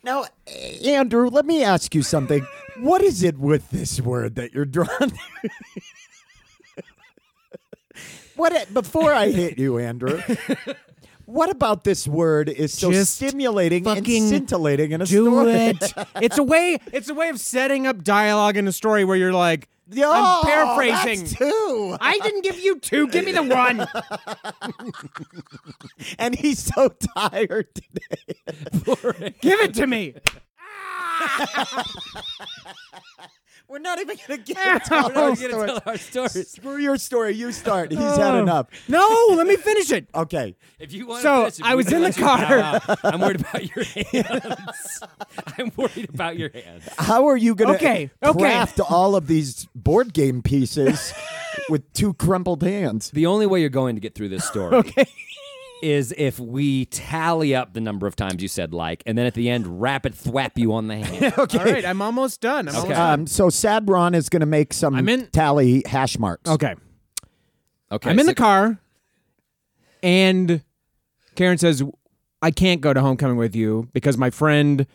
A: Now, Andrew, let me ask you something. [laughs] what is it with this word that you're drawn? to? what? it- Before I hit
D: [laughs]
A: you, Andrew. [laughs] What about this word is so
C: Just
A: stimulating and
C: fucking
A: scintillating in a
C: do
A: story? [laughs]
C: it. it's a way. It's a way of setting up dialogue in a story where you're like,
A: Oh,
C: I'm paraphrasing.
A: that's two.
C: I didn't give you two. Give me the one.
A: [laughs] And he's so tired [laughs] today.
C: give it to me.
A: We're not even gonna get into
C: Ow.
A: our
C: We're not
D: We're gonna
A: story.
D: tell our stories.
A: Screw your story. You start. He's
D: Oh.
A: had enough.
C: No, let me finish it.
A: Okay.
D: If you want
C: So,
D: to finish it,
C: I
D: we
C: was
D: can
C: in the
D: let you bow
C: car.
D: out. I'm worried about your [laughs] hands. I'm worried about your hands.
A: How are you gonna
C: Okay, okay.
A: craft all of these board game
D: [laughs]
A: pieces with two crumpled hands?
D: The only way you're going to get through this
C: [laughs]
D: story is if we tally up the number of times you said like, and then at the end, rapid thwap you on the hand.
C: [laughs] All right, I'm almost done. I'm
D: Okay.
C: almost done.
A: Um, so Sad Ron is gonna make some
C: I'm in-
A: tally hash marks.
C: Okay.
D: Okay,
C: I'm in
D: so-
C: the car, and Karen says, I can't go to homecoming with you because my friend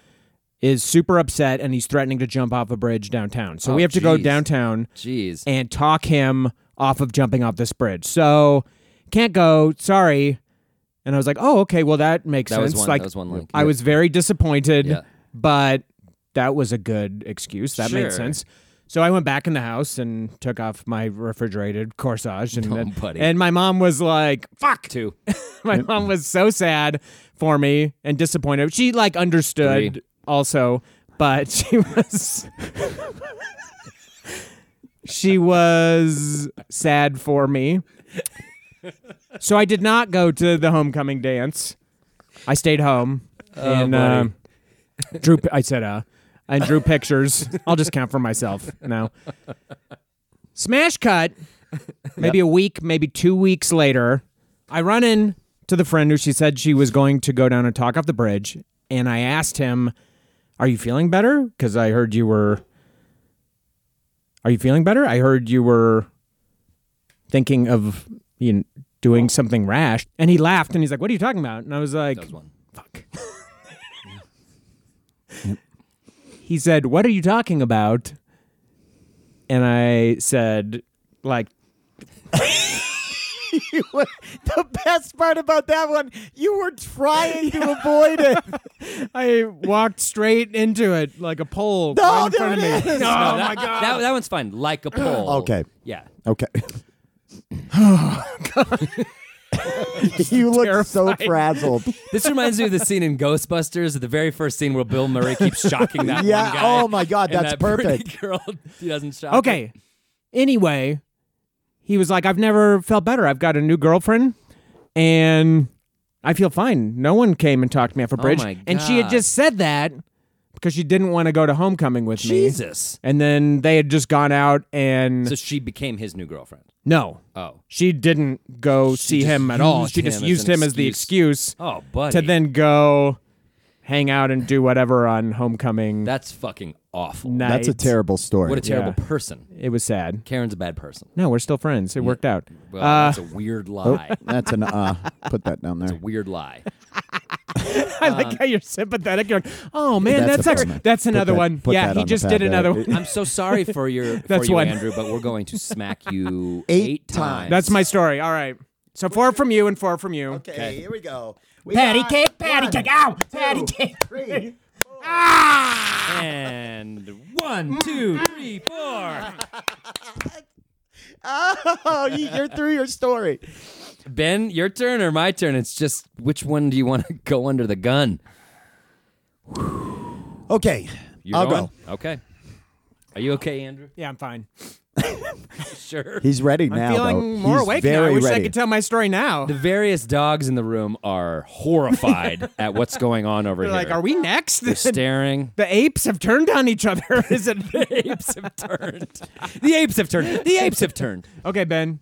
C: is super upset and he's threatening to jump off a bridge downtown. So
D: Oh,
C: we have to go
D: jeez.
C: downtown.
D: Jeez.
C: and talk him off of jumping off this bridge. So can't go. Sorry. And I was like, oh, okay. Well, that makes
D: That was
C: sense.
D: one-
C: like,
D: that was one link.
C: I was very disappointed,
D: Yeah.
C: but that was a good excuse. That
D: Sure.
C: made sense. So I went back in the house and took off my refrigerated corsage,
D: [laughs]
C: and
D: Oh,
C: then-
D: buddy.
C: and my mom was like, "Fuck!" Oh
D: Two. [laughs]
C: [laughs] my mom was so sad for me and disappointed. She like understood
D: Three.
C: also, but [laughs] she was she was sad for me. So I did not go to the homecoming dance. I stayed home and uh,
D: Oh, buddy.
C: drew. I said, "Uh," and drew pictures. I'll just count for myself now. Smash cut. [laughs] Maybe a week, maybe two weeks later, I run in to the friend who she said she was going to go down and talk off the bridge, and I asked him, "Are you feeling better? Because I heard you were. Are you feeling better? I heard you were thinking of you know, doing something rash." And he laughed, and he's like, "What are you talking about?" And I was like,
D: That was one.
C: "Fuck." He said, What are you talking about? And I said, like,
A: [laughs] the best part about that one, you were trying
C: [laughs]
A: to avoid it.
C: I walked straight into it like a pole.
A: No,
C: right in
A: there
C: front
A: it
C: of me.
A: is.
C: No.
D: that, That, that one's fine. Like
C: [gasps]
D: a pole.
A: Okay.
D: Yeah.
A: Okay. [laughs] you look so
C: Terrifying.
A: frazzled.
D: This reminds me of the scene in Ghostbusters, the very first scene where Bill Murray keeps
C: [laughs]
D: shocking that
A: Yeah,
D: one guy.
A: oh my God,
D: and
A: that's
D: that pretty [laughs]
A: perfect.
D: Girl, she doesn't shock. him.
C: Okay. Anyway, he was like, I've never felt better. I've got a new girlfriend and I feel fine. No one came and talked me off a bridge.
D: Oh my
C: And she had
D: God.
C: just said that because she didn't want to go to homecoming with me.
D: Jesus.
C: And then they had just gone out
D: [laughs]
C: and
D: So she became his new girlfriend.
C: no.
D: Oh.
C: She didn't go see
D: just
C: him at all.
D: used
C: She just
D: him as
C: used
D: an
C: him as the excuse
D: Oh, buddy.
C: to then go hang out and do whatever on homecoming
D: That's fucking awful.
C: night.
A: That's a terrible story.
D: What a terrible
C: Yeah.
D: person.
C: It was sad.
D: Karen's a bad person.
C: No, we're still friends. It worked out.
D: Well,
C: Uh,
D: that's a weird lie.
A: That's an uh. Put that down there.
D: weird lie.
C: [laughs] I like how you're sympathetic. You're like, oh man,
A: uh, That's
C: that's
A: a
C: that's,
A: bummer.
C: that's
A: Put
C: another
A: that-
C: one.
A: put
C: Yeah,
A: that
C: he
A: on the
C: just
A: pad
C: did
A: there. [laughs]
C: another
A: It-
C: one.
D: I'm so sorry for your
C: That's
D: for you,
C: one.
D: Andrew, but we're going to smack you
A: Eight
D: eight, times.
C: That's my story. All right. So four from you and four from you.
A: Okay, here we go. We
B: Patty
A: got
B: cake, patty
A: one,
B: cake, ow,
A: two,
B: patty
A: [laughs]
B: cake.
C: [laughs]
A: three.
D: and one, two,
C: Mm.
D: three, four.
A: Oh, you- you're through your story.
D: Ben, your turn or my turn? It's just which one do you want to [laughs] go under the gun?
A: Okay,
D: You're
A: I'll
D: going?
A: go.
D: Okay. Are you okay, Andrew?
C: Yeah, I'm fine.
D: Sure.
A: He's ready
C: I'm
A: now.
C: feeling
A: though.
C: more
A: He's
C: awake now.
A: very
C: I wish I
A: ready.
C: could tell my story now.
D: The various dogs in the room are horrified at what's going on over
C: They're
D: here.
C: like, are we next?
D: [laughs] They're staring.
C: [laughs] The apes have turned on each other. [laughs] Is it?
D: apes have turned. The apes have turned. The apes have turned.
C: okay, Ben.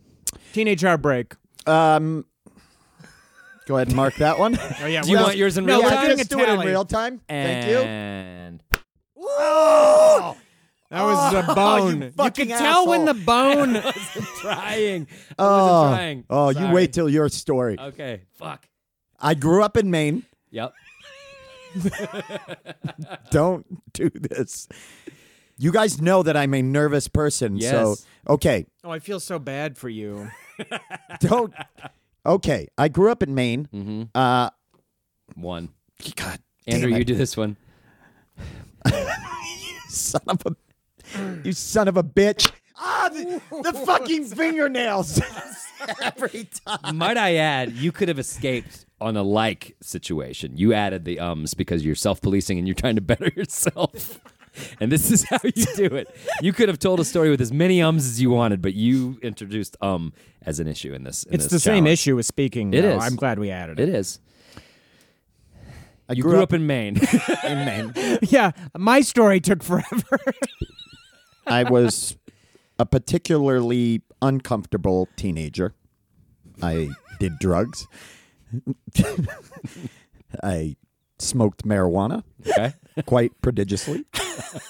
C: Teenage heartbreak.
A: um, go ahead and mark
C: [laughs]
A: that one.
C: Oh yeah.
D: Do you
C: we're-
D: want yours in
C: No,
D: real
C: we're
A: yeah,
D: time?
C: doing a
A: just do it in
C: tally.
A: real time. Thank you.
D: [laughs] And
A: Oh!
C: That was the bone.
A: you
C: Oh, [laughs] You,
A: fucking
C: could tell when the
A: asshole.
C: bone. [laughs]
D: trying. I wasn't
A: Oh,
D: trying.
A: oh you
D: Sorry.
A: wait till your story.
D: Okay. Uh-huh. Fuck.
A: I grew up in Maine.
D: Yep.
A: Don't do this. You guys know that I'm a nervous person. So,
D: Yes.
A: okay,
C: oh, I feel so bad for you.
D: [laughs]
A: don't. okay, I grew up in Maine.
D: Mm-hmm.
A: Uh,
D: One.
A: God,
D: Andrew,
A: damn it.
D: you do this one.
A: son of a you son of a bitch. Ah, the,
D: [laughs]
A: the fucking fingernails every time.
D: Might I add, you could have escaped on a like situation. You added the ums because you're self policing and you're trying to better [laughs] yourself. And this is how you do it. You could have told a story with as many ums as you wanted, but you introduced um as an issue in this. in
C: It's the
D: this
C: same
D: challenge.
C: issue with speaking.
D: It
C: though.
D: is.
C: I'm glad we added
D: It is.
A: I
D: You grew up [laughs] in Maine.
A: in Maine.
C: [laughs] Yeah, my story took forever.
A: I was a particularly uncomfortable teenager. I did drugs. [laughs] I smoked marijuana
D: okay.
A: quite
C: [laughs]
A: prodigiously.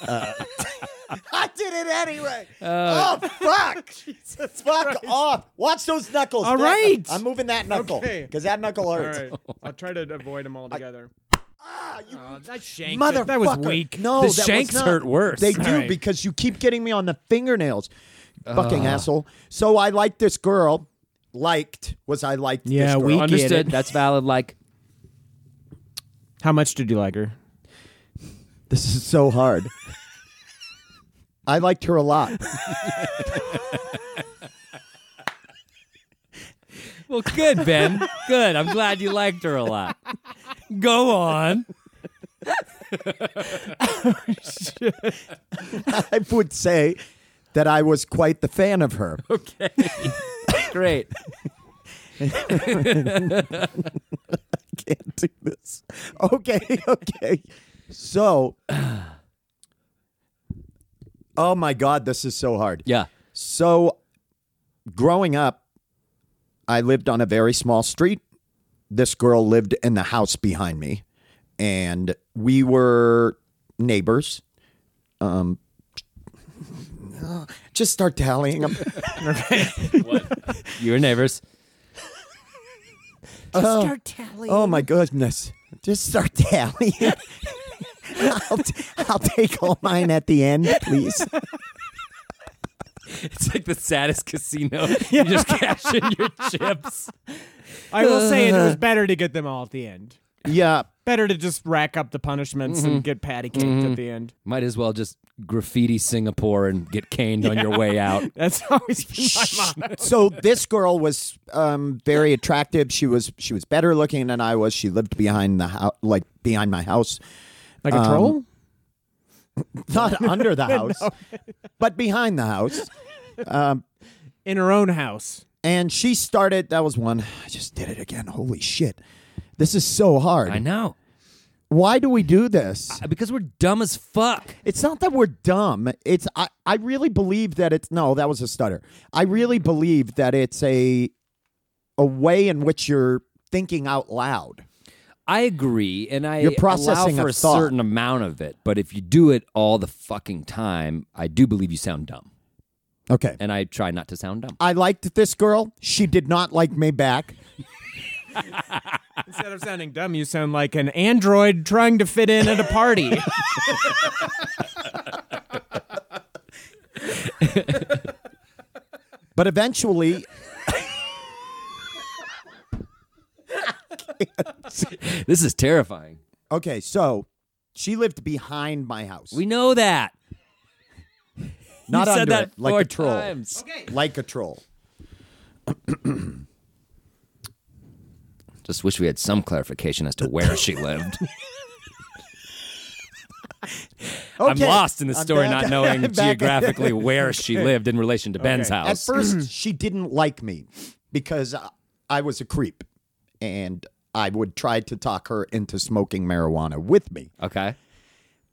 A: I did it anyway.
C: Uh,
A: oh
C: [laughs]
A: fuck! fuck off! Watch those knuckles.
C: All right.
A: I'm moving that knuckle
C: Okay.
A: because that knuckle hurts.
C: I'll try to avoid them all together. Oh,
A: Ah, you
C: that shank.
A: motherfucker!
C: That was weak.
A: No,
D: the
A: that was
D: shanks
A: not.
D: hurt worse.
A: They do
C: right.
A: because you keep getting me on the fingernails, fucking
C: Uh.
A: asshole. So I liked this girl. Liked was I liked?
C: Yeah,
A: this girl.
C: we [laughs] get
D: Understood.
C: it.
D: That's valid. Like
C: How much did you like her?
A: This is so hard. I liked her a lot. [laughs]
D: Well, good, Ben. good. I'm glad you liked her a lot. Go on.
A: I would say that I was quite the fan of her.
D: Great.
A: can't do this. Okay, [laughs] okay. So, oh my God, this is so hard.
D: Yeah.
A: So, growing up, I lived on a very small street. This girl lived in the house behind me, and we were neighbors. Um, [laughs] just start tallying them.
D: Your neighbors.
A: Oh my goodness. Just start tallying. I'll, t- I'll take all mine at the end, please.
D: It's like the saddest [laughs] casino. You just cash in your chips.
C: I will say it was better to get them all at the end.
A: Yeah.
C: Better to just rack up the punishments and get patty caked at the end.
D: Might as well just graffiti Singapore and get caned on your way out.
C: That's [laughs] always been my motto.
A: So this girl was um, very attractive. She was she was better looking than I was. She lived behind the house, like behind my house,
C: Like a troll?
A: not under the house, but behind the house.
C: In her own house.
A: And she started. That was one. I just did it again. Holy shit! This is so hard.
D: I know.
A: Why do we do this?
D: Because we're dumb as fuck.
A: It's not that we're dumb. It's I, I really believe that it's no, that was a stutter. I really believe that it's a a way in which you're thinking out loud.
D: I agree, and I
A: You're processing
D: allow for
A: a
D: a,
A: thought.
D: certain amount of it. But if you do it all the fucking time, I do believe you sound dumb,
A: Okay.
D: and I try not to sound dumb.
A: I liked this girl. She did not like me back.
C: Instead of sounding dumb, you sound like an android trying to fit in at a party.
A: But eventually Ah.
D: This is terrifying.
A: Okay, so she lived behind my house.
D: We know that.
A: [laughs] not
D: you said
A: under
D: that
A: it, like
D: four
A: a troll.
D: times.
A: Like a troll.
D: Just wish we had some clarification as to where she
A: [laughs]
D: lived. I'm
A: Okay,
D: lost in this
A: [laughs] I'm
D: story,
A: back-
D: not knowing
A: back-
D: geographically where she lived in relation to Ben's
A: At
D: house.
A: first, she didn't like me because I- I was a creep and I would try to talk her into smoking marijuana with me.
D: okay.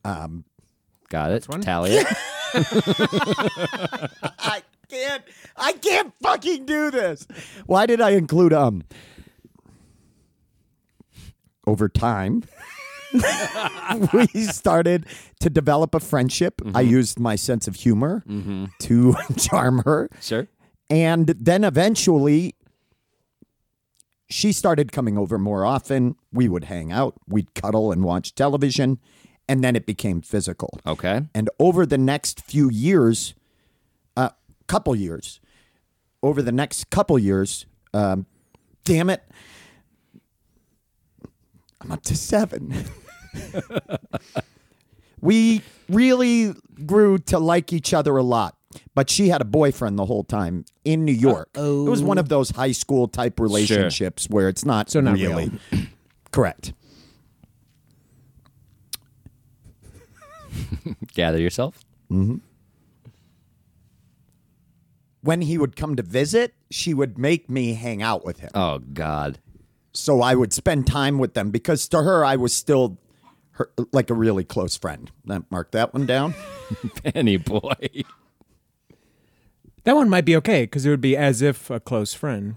D: Um,
A: Um,
D: Got it. Tally
A: [laughs]
D: it.
A: I can't, I can't fucking do this. Why did I include um? Over time, [laughs] we started to develop a friendship. I used my sense of humor to [laughs] charm her.
D: sure.
A: And then eventually, she started coming over more often. We would hang out, we'd cuddle and watch television. And then it became physical.
D: Okay.
A: And over the next few years, uh, couple years, over the next couple years, um, damn it, I'm up to seven. [laughs] we really grew to like each other a lot. But she had a boyfriend the whole time in New York. It was one of those high school type relationships where it's not
C: So not
A: really [clears throat] correct.
D: Gather yourself.
A: When he would come to visit, she would make me hang out with him.
D: Oh [laughs] God.
A: so I would spend time with them because to her I was still her, like a really close friend. That- Mark that one down.
D: Penny boy.
C: [laughs] that one might be okay because it would be as if a close friend.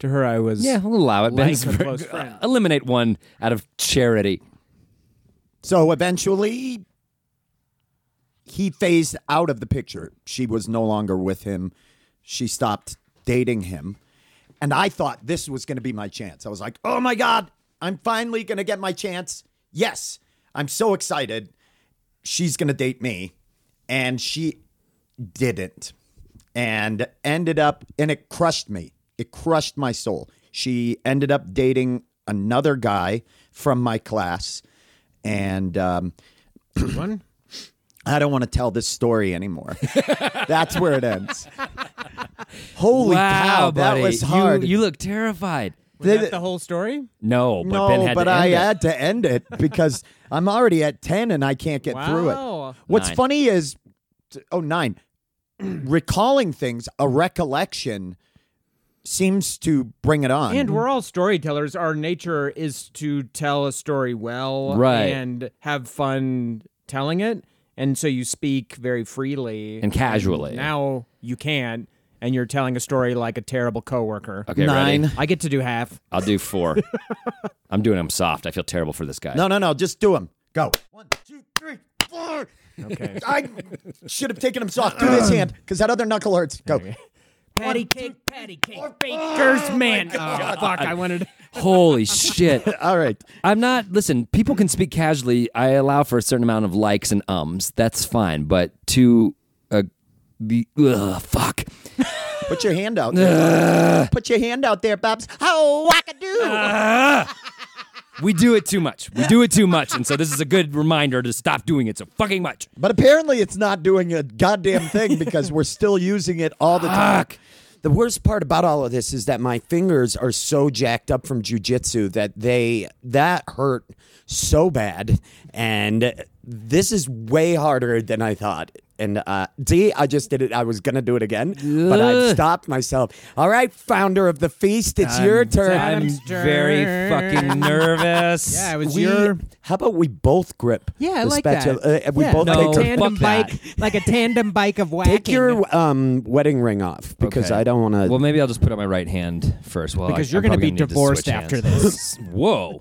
C: To her, I was.
D: Yeah, we'll allow it.
C: Like
D: Ben's
C: a close
D: [laughs] uh,
C: friend.
D: Eliminate one out of charity.
A: So eventually he phased out of the picture. She was no longer with him. She stopped dating him. And I thought this was going to be my chance. I was like, "Oh my god, I'm finally going to get my chance." Yes. I'm so excited. She's going to date me. And she didn't and ended up and it crushed me it crushed my soul she ended up dating another guy from my class and um,
C: One?
A: i don't want to tell this story anymore that's where it ends holy cow
D: buddy.
A: that was
D: You-
A: hard
D: You, look terrified.
C: Was that the whole story?
D: No, but uh,
A: no,
D: Ben had
A: but
D: to
A: I
D: end it.
A: had to end it because I'm already at 10 and I can't get through it.
C: Wow.
A: What's
D: Nine.
A: funny is, oh, nine, [clears throat] recalling things, a recollection seems to bring it on.
C: And we're all storytellers. Our nature is to tell a story well
D: Right.
C: and have fun telling it. And so you speak very freely
D: And casually.
C: now you can't, and you're telling a story like a terrible coworker.
D: okay,
A: nine.
D: Ready?
C: I get to do half.
D: I'll do [laughs] four. I'm doing them soft. I feel terrible for this guy.
A: No, no, no, just do them. Go. One, two, three, four.
C: Okay.
A: I should have taken him soft. Do this hand because that other knuckle hurts. Go.
C: Patty cake, patty cake, baker's man. Oh, fuck, I [laughs] wanted.
D: Holy [laughs] shit.
H: All right.
D: I'm not. Listen, people can speak casually. I allow for a certain amount of likes and ums. That's fine. But to uh, be ugh, fuck.
H: Put your hand out. Put your hand out there, Bob's. Oh, wackadoo.
D: We do it too much. We do it too much. And so this is a good reminder to stop doing it so fucking much.
H: But apparently, it's not doing a goddamn thing because we're still using it all the time.
A: The worst part about all of this is that my fingers are so jacked up from jujitsu that they that hurt so bad, and this is way harder than I thought. And uh, see, I just did it. I was gonna do it again, but I stopped myself. All right, founder of the feast, it's your turn.
D: I'm very fucking nervous.
C: Yeah, it was
A: We-
C: your.
A: how about we both grip?
C: Yeah, I
A: the
C: like that.
A: spatula? Uh, we
C: Yeah,
A: both
C: like
D: No,
A: take
C: a
A: turns.
C: tandem
D: fuck
C: bike, [laughs]
D: that.
C: like a tandem bike of whacking.
A: Take your um, wedding ring off because
D: Okay.
A: I don't want to.
D: Well, maybe I'll just put up my right hand first. Well,
C: Because
D: I,
C: you're
D: going to
C: be
D: need to
C: divorced
D: switch
C: after
D: hands.
C: this.
D: [laughs] Whoa.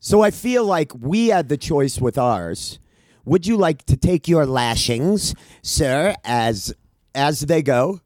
H: So I feel like we had the choice with ours.
A: Would you like to take your lashings, sir, as as they go,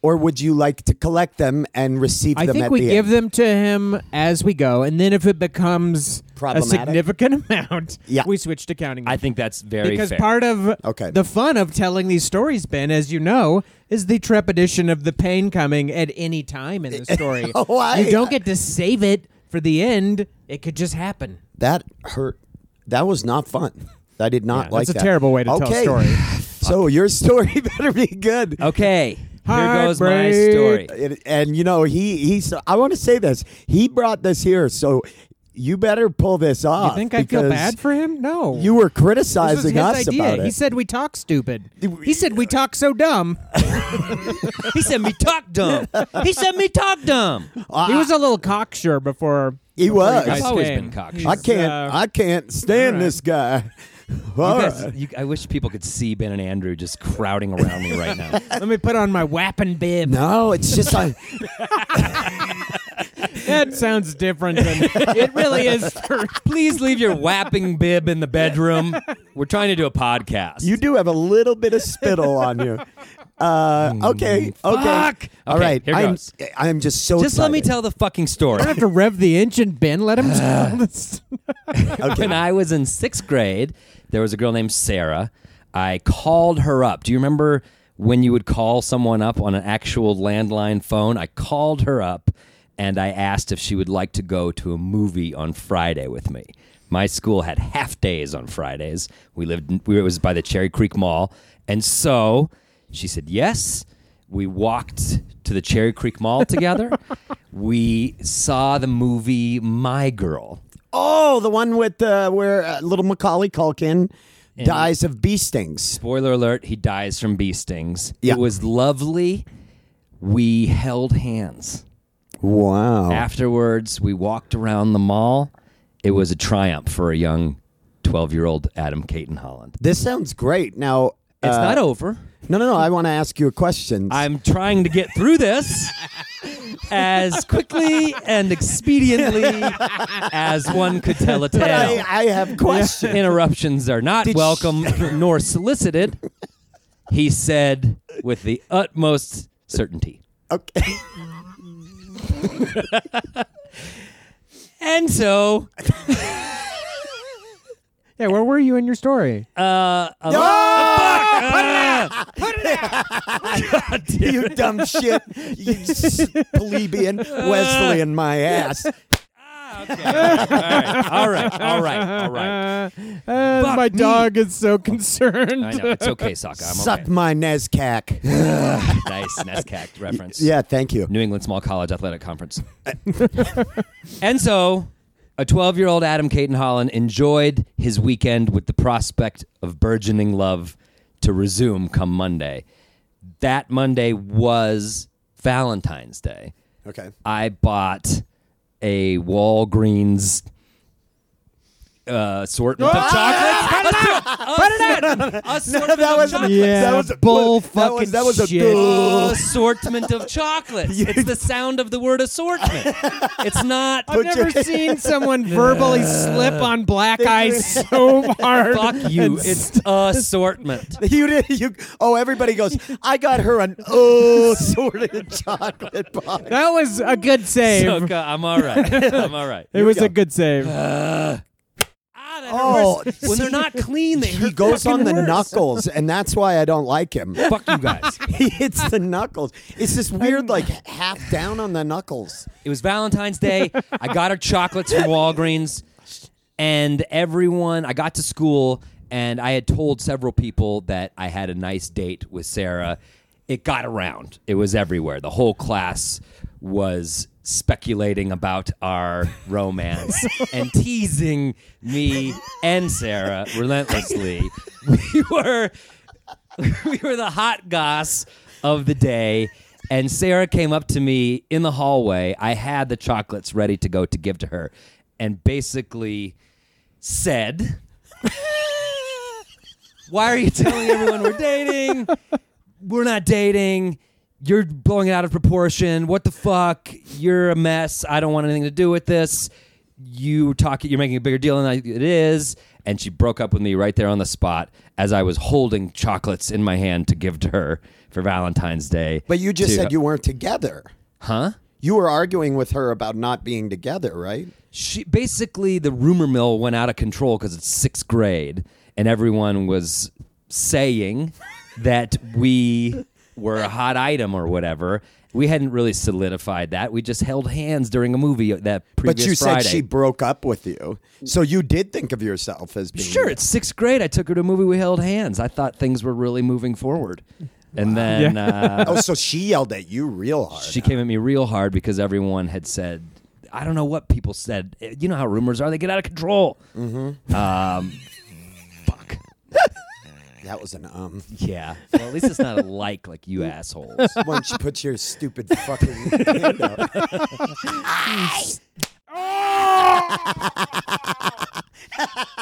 A: or would you like to collect them and receive
C: I
A: them
C: think
A: at
C: we
A: the
C: give
A: end?
C: them to him as we go, and then if it becomes a
A: Problematic?
C: significant [laughs] amount,
A: Yeah.
C: we switch to counting.
D: I think that's very
C: because
D: fair.
C: part of
A: Okay.
C: the fun of telling these stories, Ben, as you know, is the trepidation of the pain coming at any time in the
A: [laughs]
C: story.
A: Oh, I-
C: you don't get to save it for the end. It could just happen.
A: That hurt. That was not fun. I did not
C: Yeah,
A: like
C: that's a
A: that.
C: terrible way to tell a
A: okay.
C: story.
A: [sighs] so your story [laughs] better be good.
D: okay. Here goes my
C: Heartbreak.
D: story.
A: It- and you know he he's. I want to say this. He brought this here, so you better pull this off.
C: You think I feel
A: because
C: bad for him? No.
A: You were
C: this was his
A: criticizing us
C: idea.
A: about it.
C: He said we talk stupid. He said we talk so dumb.
D: He said me talk dumb. He said me talk
C: [laughs]
D: dumb.
A: Ah.
C: he was a little cocksure before.
A: He
C: before you
A: was.
C: guys
A: I've
D: always
C: came.
D: been cocksure.
A: I can't.
C: uh,
A: I can't stand this guy. [laughs] All
D: You
A: right.
D: guys- you- I wish people could see Ben and Andrew just crowding around me
C: [laughs]
D: right now.
C: Let me put on my wapping bib.
A: No, it's just
D: [laughs]
A: I.
C: That sounds different
A: [laughs]
C: than it really is. For,
D: [laughs] Please leave your whapping bib in
C: [laughs]
D: the bedroom. We're trying to do a podcast.
A: You do have a little bit of spittle on you. Uh, okay. Okay.
D: Hmm. fuck.
A: All
D: Okay,
A: right.
D: here
A: I'm,
D: goes.
A: I'm just so.
D: just let me
A: excited.
D: tell the fucking story.
C: have to rev the engine, Ben. Let him
A: [sighs]
C: tell this.
D: When I was in sixth grade, there was a girl named Sarah. I called her up. Do you remember when you would call someone up on an actual landline phone? I called her up and I asked if she would like to go to a movie on Friday with me. My school had half days on Fridays. We lived, we, it was by the Cherry Creek Mall. And so she said yes. We walked to the Cherry Creek Mall together. we saw the movie My Girl.
A: Oh, the one with uh, where uh, little Macaulay Culkin dies of bee stings.
D: spoiler alert, he dies from bee stings.
A: Yeah.
D: It was lovely. We held hands.
A: Wow.
D: Afterwards, we walked around the mall. It was a triumph for a young 12 year old Adam Caton Holland.
A: This sounds great. Now.
D: It's
A: uh,
D: not over.
A: No, no, no. I want to ask you a question.
D: I'm trying to get through [laughs] this as quickly and [laughs] expediently as one could tell a
A: But I,
D: tale.
A: I
D: [laughs]
A: have questions.
D: Interruptions are not
A: Did
D: welcome [laughs] nor solicited, he said with the utmost certainty.
A: okay.
D: And so,
C: Yeah, where were you in your story?
D: uh, a lo-
A: [laughs] you dumb shit. You s- [laughs] plebeian Wesleyan my ass.
D: all right, all right, all right.
C: Uh,
D: Fuck
C: my
D: me.
C: dog is so concerned.
D: I know it's okay, Sokka. I'm
A: Suck
D: okay.
A: my Nezcac.
D: Nice Nescac reference.
A: yeah, thank you.
D: New England Small College Athletic Conference. [laughs] and so, a 12 year old Adam Caton Holland enjoyed his weekend with the prospect of burgeoning love to resume come Monday. That Monday was Valentine's Day.
A: Okay. [laughs]
D: I bought a Walgreens uh, assortment of chocolates. Assortment
A: [laughs] that
D: of
A: was
D: chocolates.
C: Yeah,
A: that was
C: bull
A: that was,
C: fucking
A: that was a
C: shit.
A: bull.
D: assortment of chocolates. It's the sound of the word assortment. It's not.
C: I've never
A: your- [laughs]
C: seen someone verbally slip on black ice so hard.
D: Fuck you. It's assortment.
A: You did. You. Oh, everybody goes. I got her [laughs] an oh sorted chocolate bar.
C: That was a good save.
D: So, uh, I'm all right. I'm all right.
C: it was a good save.
D: Ah, that
A: Oh,
D: hurts. when they're not clean, they
A: He
D: hurt
A: goes
D: fucking
A: on the
D: worse.
A: knuckles, and that's why I don't like him.
D: Fuck you guys.
A: [laughs] He hits the knuckles. It's this [laughs] weird, like half down on the knuckles.
D: It was Valentine's Day. I got her chocolates from Walgreens, and everyone. I got to school, and I had told several people that I had a nice date with Sarah. It got around. It was everywhere. The whole class was speculating about our romance and teasing me and Sarah relentlessly. We were [laughs] we were the hot goss of the day. And Sarah came up to me in the hallway. I had the chocolates ready to go to give to her and basically said, Why are you telling everyone we're dating? We're not dating. You're blowing it out of proportion. What the fuck? You're a mess. I don't want anything to do with this. You talk. You're making a bigger deal than I, it is. And she broke up with me right there on the spot as I was holding chocolates in my hand to give to her for Valentine's Day.
A: But you just
D: To-
A: said you weren't together.
D: huh?
A: You were arguing with her about not being together, right?
D: she basically the rumor mill went out of control because it's sixth grade and everyone was saying that we were a hot item or whatever. We hadn't really solidified that. We just held hands during a movie uh, that previous
A: But you
D: Friday.
A: said she broke up with you, so you did think of yourself as being
D: sure, it's sixth grade. I took her to a movie. We held hands. I thought things were really moving forward, and then uh,
A: Oh, so she yelled at you real hard.
D: She came at me real hard because everyone had said, I don't know what people said. You know how rumors are; they get out of control. Mm-hmm. Um, fuck.
A: that was an um.
D: Yeah. Well, at least it's not a like like [laughs] you assholes.
A: [laughs] Why don't you put your [laughs] stupid fucking hand up?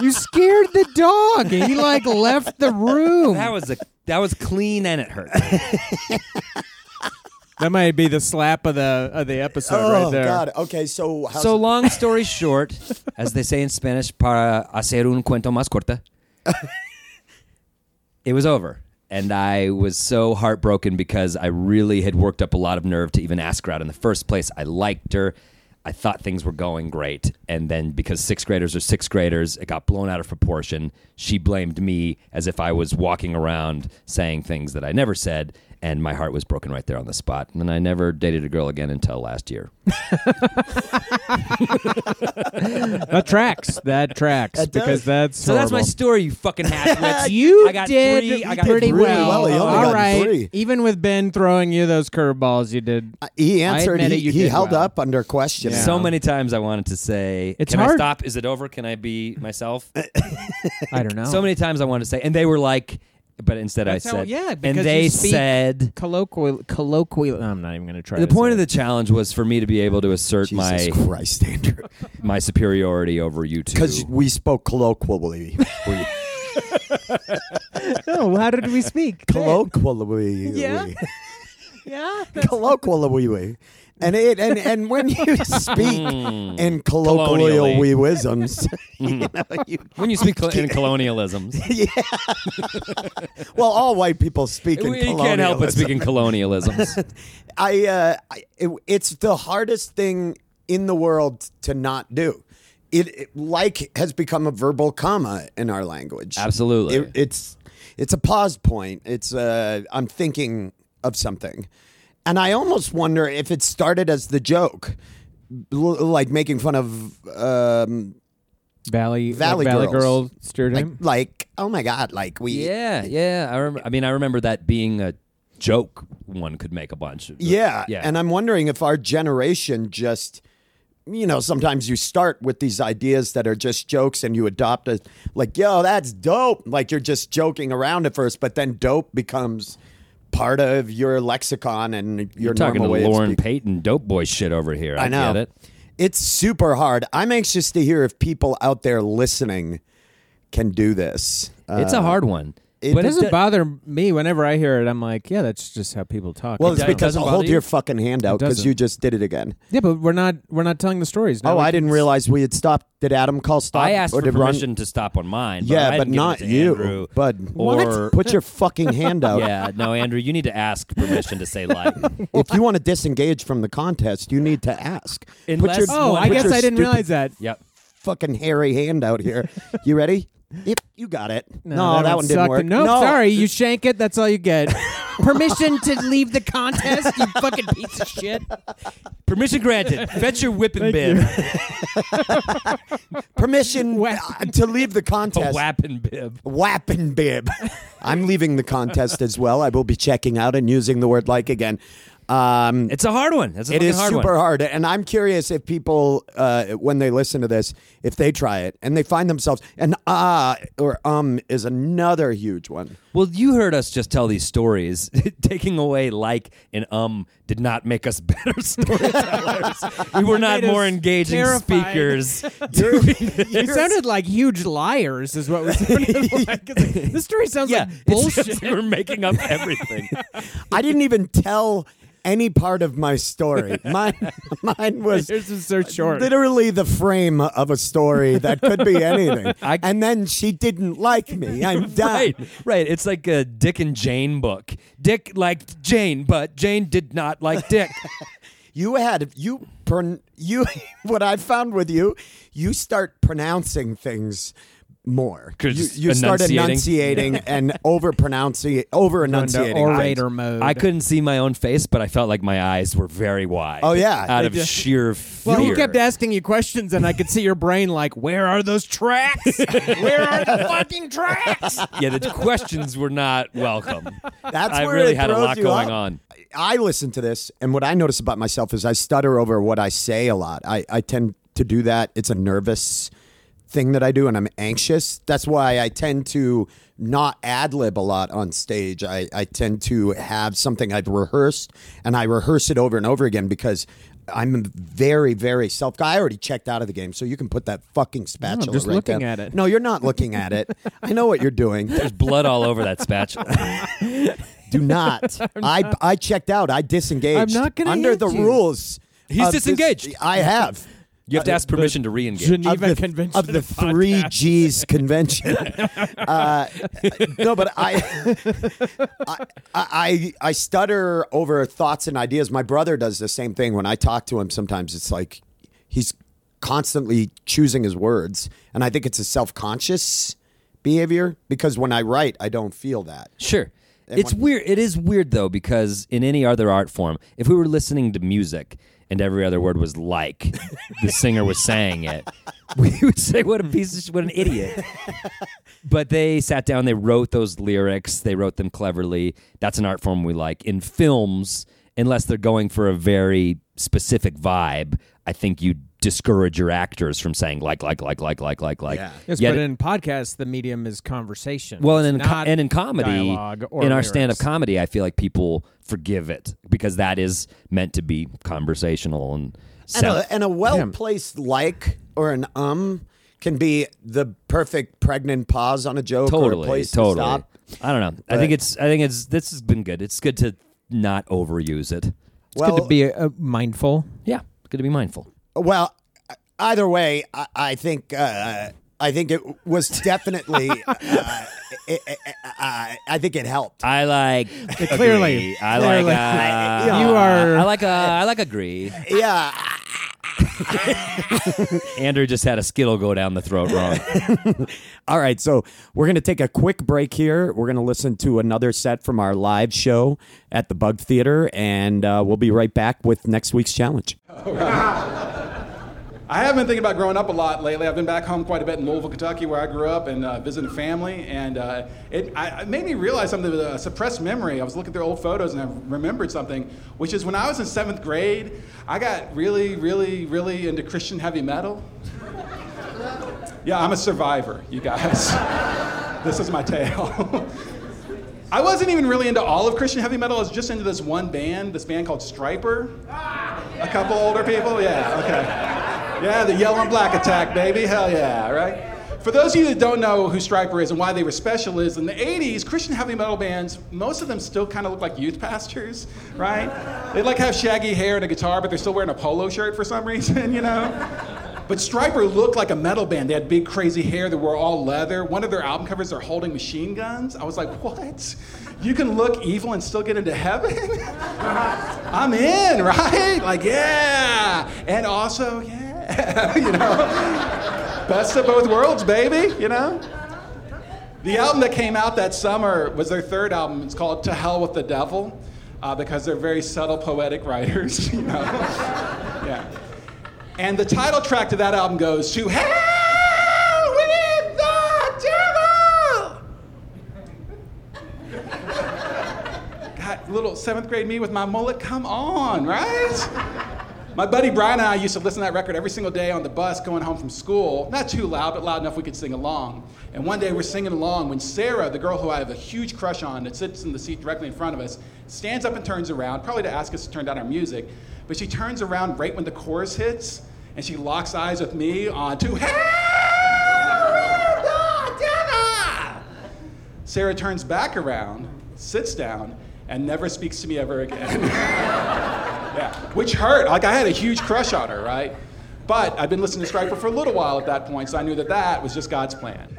C: You scared the dog. He like left the room.
D: That
C: That,
D: was a that was clean and it hurt.
C: might be the slap of the of the episode right
A: Oh
C: there.
A: God. Okay, so how's
D: so long story short, as they say in Spanish, para hacer un cuento más corta, it was over. And I was so heartbroken because I really had worked up a lot of nerve to even ask her out in the first place. I liked her. I thought things were going great. And then because sixth graders are sixth graders, it got blown out of proportion. She blamed me as if I was walking around saying things that I never said. And my heart was broken right there on the spot. And then I never dated a girl again until last year.
C: That tracks. That tracks
A: That does. Uh,
C: because that's
D: So that's my
C: horrible.
D: story, you
C: [laughs]
D: fucking halfwits.
C: You
D: I got
C: did
D: three. I got
C: pretty
D: three.
C: well.
A: well. He only
C: All
A: got
C: right.
A: three. Uh,
C: Even with Ben throwing you those curveballs, you did.
A: he
C: I
A: answered.
C: admit
A: He,
C: it, you
A: he
C: did
A: held
C: well.
A: up under question.
C: Yeah.
D: So many times I wanted to say,
C: It's
D: "Can I
C: hard.
D: stop? Is it over? Can I
A: [laughs]
D: be myself?"
A: Uh,
C: I don't know.
A: oh.
D: So many times I wanted to say, and they were like, but instead
C: That's
D: I
C: how-
D: said,
C: yeah,
D: and
C: because
D: they
C: you speak
D: said.
C: colloquial. Colloquial. I'm not even going to try.
D: The
C: to
D: point
C: say
D: of
C: it.
D: the challenge was for me to be able to assert
A: Jesus
D: my
A: Christ, Andrew.
D: my superiority over you two.
A: Because we spoke colloquially.
C: [laughs]
A: We-
C: No, Oh, how did [laughs] we speak?
A: colloquially.
C: Yeah.
A: we-
C: yeah.
A: colloquially. we- And it and, and
C: [laughs]
A: when you
C: Hmm.
A: speak in colloquial
D: Colonially.
A: weisms,
D: when you
A: [laughs]
D: speak col- in colonialisms,
A: well, all white people speak in
D: you can't help but
A: colonialism.
D: speak in
A: [laughs]
D: colonialisms.
A: I, uh, I it, it's the hardest thing in the world to not do. It, it- like has become a verbal comma in our language.
D: Absolutely.
A: It- it's it's a pause point. It's uh, I'm thinking of something, and I almost wonder if it started as the joke, l- like making fun of um,
C: Valley
A: Valley
C: Valley
A: Girls.
C: Girl
A: like,
C: stereotype.
A: like oh my god, like we
D: yeah, yeah. I, rem- I mean, I remember that being a joke one could make a bunch. Of,
A: Yeah.
D: yeah.
A: And I'm wondering if our generation just, you know, sometimes you start with these ideas that are just jokes and you adopt a, like, yo, that's dope. Like you're just joking around at first, but then dope becomes part of your lexicon and your
D: You're talking to
A: normal way of
D: Lauren
A: speaking.
D: Payton, dope boy shit over here. I,
A: I know.
D: get it.
E: It's super hard. I'm anxious to hear if people out there listening can do this. Uh,
D: it's a hard one.
E: it
D: but
C: It doesn't
D: it-
C: bother me whenever I hear it. I'm like, yeah, that's just how people talk.
E: well, it's
D: It
E: because
D: doesn't
E: I'll
D: bother
E: hold
D: you?
E: your fucking hand out because
C: doesn't.
E: you just did it again.
C: yeah, but we're not we're not telling the stories. Now
A: Oh,
C: we
A: I
C: can
A: didn't realize we had stopped. Did Adam call stop?
D: I asked
A: or
D: for
A: did Ron-
D: permission to stop on mine. But I
A: Yeah, but
D: didn't give it
A: not
D: to
A: you.
D: Andrew.
A: Bud.
D: Or-
A: put your fucking hand
D: [laughs]
A: out.
D: yeah, no, Andrew, you need to ask permission to say
A: [laughs]
D: like.
A: If you want to disengage from the contest, you need to ask. Put your-
D: Unless-
C: Oh,
D: one-
C: I
D: put
C: guess
D: your
C: I didn't
A: stupid-
C: realize that.
D: Yep.
A: fucking hairy hand out here. You ready? Yep, you got it. No, that, one didn't
C: sucked.
A: work.
C: Nope,
A: no,
C: sorry, you shank it. That's all you get. Permission to leave the contest, you fucking piece of shit.
D: Permission granted. Fetch your whipping bib.
A: permission
C: Wha-
A: uh, to leave the
D: A [laughs]
A: contest.
D: whapping bib.
A: Wapping bib. [laughs]
E: I'm leaving the contest as well. I will be checking out and using the word like again.
D: [laughs]
E: Um,
D: It's a hard one. That's a
E: it
D: fucking
E: is
D: hard
E: super
D: one.
E: hard, and I'm curious if people, uh, when they listen to this, if they try it and they find themselves and ah or um is another huge one.
D: Well, you heard us just tell these stories. [laughs] Taking away like and um did not make us better [laughs] storytellers. we were not
C: That is
D: more engaging
C: terrifying.
A: [laughs]
D: speakers.
C: You sounded like huge liars, is [laughs] what we sounded like. It's like, This story sounds
D: yeah,
C: like
D: [laughs] it's just
C: bullshit.
D: like we're making up
E: [laughs]
D: everything.
E: I didn't even tell any part of my
D: [laughs]
E: story. Mine, mine was
C: Yours is so short.
E: literally the frame of a story that could be anything.
D: I-
E: and then she didn't like me. I'm done.
D: [laughs] Right, right. It's like a Dick and Jane book. Dick liked Jane, but Jane did not like
E: [laughs]
D: Dick.
E: You had you pron- you [laughs] what I found with you, you start pronouncing things more.
D: 'Cause
E: You, you start
D: enunciating.
E: enunciating and over pronouncing over
C: Into
E: enunciating.
C: orator mode.
D: I couldn't see my own face, but I felt like my eyes were very wide.
E: Oh, yeah.
D: out
E: They
D: of sheer fear.
C: well, he kept asking you questions, and I could see your brain like, "Where are those tracks? Where are the fucking tracks?"
D: yeah, the questions were not welcome.
E: That's
D: I
E: where
D: really
E: it
D: had a
E: throws
D: lot
E: you
D: going
E: up.
D: on.
E: I listen to this, and what I notice about myself is I stutter over what I say a lot. I, I tend to do that. It's a nervous thing that I do, and I'm anxious. That's why I tend to not ad lib a lot on stage. I, I tend to have something I've rehearsed, and I rehearse it over and over again because. I'm very, very self. I already checked out of the game, so you can put that fucking spatula.
C: just
E: right
C: looking
E: down.
C: at it.
E: No, you're not looking at
D: [laughs]
E: it. I know what you're doing.
D: There's blood all over that spatula.
E: Do
C: [laughs]
E: not. I I checked out. I disengaged.
C: I'm not gonna
E: under
C: hit
E: the
C: you.
E: rules.
D: He's
E: of this-
D: disengaged.
E: I have.
D: You
E: [laughs]
D: have
E: Uh,
D: to ask permission to
C: [laughs]
D: re-engage.
C: Geneva
E: Of the,
C: Convention
E: of the three G's
C: [laughs]
E: convention. uh, no, but I, I, [laughs] I, I stutter over thoughts and ideas. My brother does the same thing. When I talk to him, sometimes it's like he's constantly choosing his words, and I think it's a self-conscious behavior because when I write, I don't feel that.
D: Sure. It's weird. It is weird though because in any other art form, if we were listening to music and every other word was like the singer was saying it, we [laughs] would say, "What a piece of sh- what an idiot." But they sat down, they wrote those lyrics, they wrote them cleverly. That's an art form we like. In films, unless they're going for a very specific vibe, I think you discourage your actors from saying like like like like like like like.
E: Yeah.
C: Yes,
D: Yet
C: but in podcasts, the medium is conversation.
D: well, and
C: It's
D: in co-
C: not
D: and in comedy, in
C: dialogue or
D: our
C: lyrics.
D: stand-up comedy, I feel like people forgive it because that is meant to be conversational and.
E: and
D: sound-
E: a, and a well placed like or an um can be the perfect pregnant pause on a joke or a
D: totally,
E: place
D: totally.
E: to stop.
D: I don't know. I think it's. I think it's. This has been good. It's good to not overuse
C: It's
D: it.
C: good
E: Well-
C: to be uh, mindful.
D: Yeah, it's good to be mindful.
E: Well, either way, I, I think uh, I think it was definitely. uh, it, it, uh, I think it helped.
D: I like
C: clearly.
D: agree. I
C: Clearly.
D: like.
C: I-
D: uh,
C: you are-
D: I like. Uh, I like agree.
E: Yeah,
D: Andrew just had a skittle go down the throat
E: [laughs]
D: wrong.
E: All right, so we're going to take a quick break here. We're going to listen to another set from our live show at the Bug Theater, and uh, we'll be right back with next week's challenge.
I: I have been thinking about growing up a lot lately. I've been back home quite a bit in Louisville, Kentucky, where I grew up and uh, visiting family. And uh, it, I, it made me realize something with a suppressed memory. I was looking through old photos and I remembered something, which is when I was in seventh grade, I got really, really, really into Christian heavy metal. Yeah, I'm a survivor, you guys. [laughs] this is my tale. [laughs] I wasn't even really into all of Christian heavy metal. I was just into this one band, this band called Striper. A couple older people, yeah, okay. Yeah, the yellow and black attack, baby. Hell yeah, right? For those of you that don't know who Striper is and why they were special is in the 80s, Christian heavy metal bands, most of them still kind of look like youth pastors, right? They like have shaggy hair and a guitar, but they're still wearing a polo shirt for some reason, [laughs] you know? But Striper looked like a metal band. They had big, crazy hair. They were all leather. One of their album covers, they're holding machine guns. I was like, what? You can look evil and still get into heaven? [laughs] I'm in, right? Like, yeah. And also, yeah. [laughs] you know, best of both worlds, baby, you know? The album that came out that summer was their third album. It's called To Hell with the Devil uh, because they're very subtle poetic writers, [laughs] you know? yeah. And the title track to that album goes to Hell with the Devil. God, little seventh grade me with my mullet, come on, right? My buddy Brian and I used to listen to that record every single day on the bus going home from school. Not too loud, but loud enough we could sing along. And one day we're singing along when Sarah, the girl who I have a huge crush on, that sits in the seat directly in front of us, stands up and turns around, probably to ask us to turn down our music. But she turns around right when the chorus hits, and she locks eyes with me on to Hell with the Devil!" Sarah turns back around, sits down, and never speaks to me ever [laughs] again. Yeah. Which hurt. Like I had a huge crush on her, right? But I'd been listening to Striper for a little while at that point, so I knew that that was just God's plan.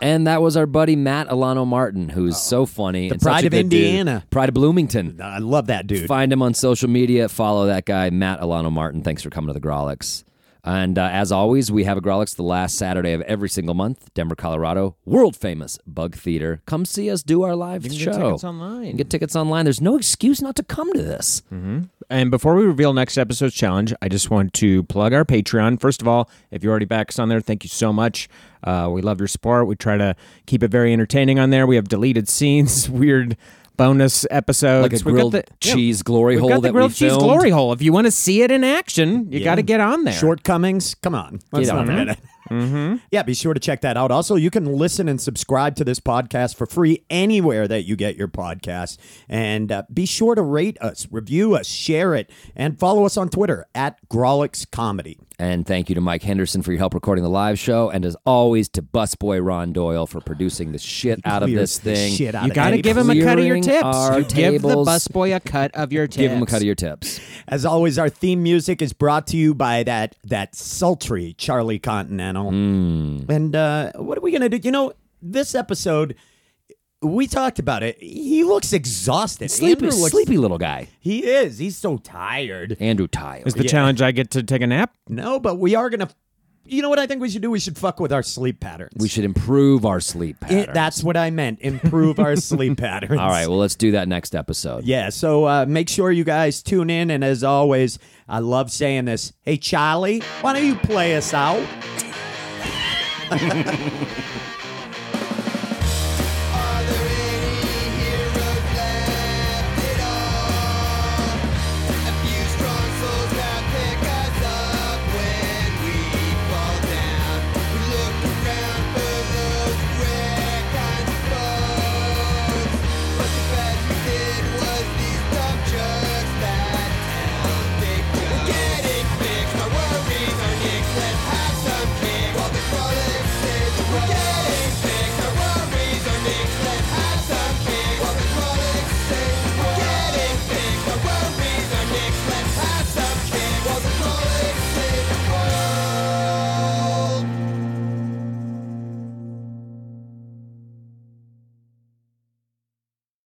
D: And that was our buddy Matt Alano Martin, who's so funny. The and such
E: pride
D: a
E: of
D: good dude.
E: Indiana.
D: Pride of Bloomington.
E: I love that dude.
D: Find him on social media. Follow that guy, Matt Alano Martin. Thanks for coming to the Grolix. And uh, as always, we have a Grolix the last Saturday of every single month, Denver, Colorado, world famous Bug Theater. Come see us do our live
C: can
D: show.
C: get tickets
D: You
C: online.
D: can get tickets online. There's no excuse not to come to this.
C: And before we reveal next episode's challenge, I just want to plug our Patreon. First of all, if you already back us on there, thank you so much. Uh, we love your support. We try to keep it very entertaining on there. We have deleted scenes, [laughs] weird bonus episodes,
D: Like a
C: We've got
D: grilled cheese glory
C: we've
D: hole
C: got the
D: that we
C: grilled cheese
D: filmed.
C: glory hole. If you want to see it in action, you got to get on there.
A: Shortcomings? Come on. Let's
D: Get
A: not
D: on
A: forget it.
E: Mm-hmm.
A: [laughs] Yeah, be sure to check that out. Also, you can listen and subscribe to this podcast for free anywhere that you get your podcast. And uh, be sure to rate us, review us, share it, and follow us on Twitter at Grolix Comedy.
D: And thank you to Mike Henderson for your help recording the live show. And as always, to busboy Ron Doyle for producing the shit out of this
A: Clears the
D: thing.
A: shit out
C: You
A: of
C: got to
A: anybody.
C: give him a cut of your
D: Clearing
C: tips.
D: our
C: You give the
D: tables.
C: busboy a cut of your tips.
D: Give him a cut of your tips.
A: As always, our theme music is brought to you by that that sultry Charlie Continental. And uh, what are we gonna do? You know, this episode we talked about it. He looks exhausted.
D: Sleepy,
A: Andrew looks-
D: sleepy little guy.
A: He is. He's so tired.
D: Andrew Tyle.
C: Is the challenge I get to take a nap?
A: No, but we are gonna. You know what I think we should do? We should fuck with our sleep patterns.
D: We should improve our sleep pattern.
A: It- that's what I meant. Improve our [laughs] sleep patterns.
D: All right, well, let's do that next episode.
A: Yeah, so uh, make sure you guys tune in. And as always, I love saying this. Hey, Charlie, why don't you play us out?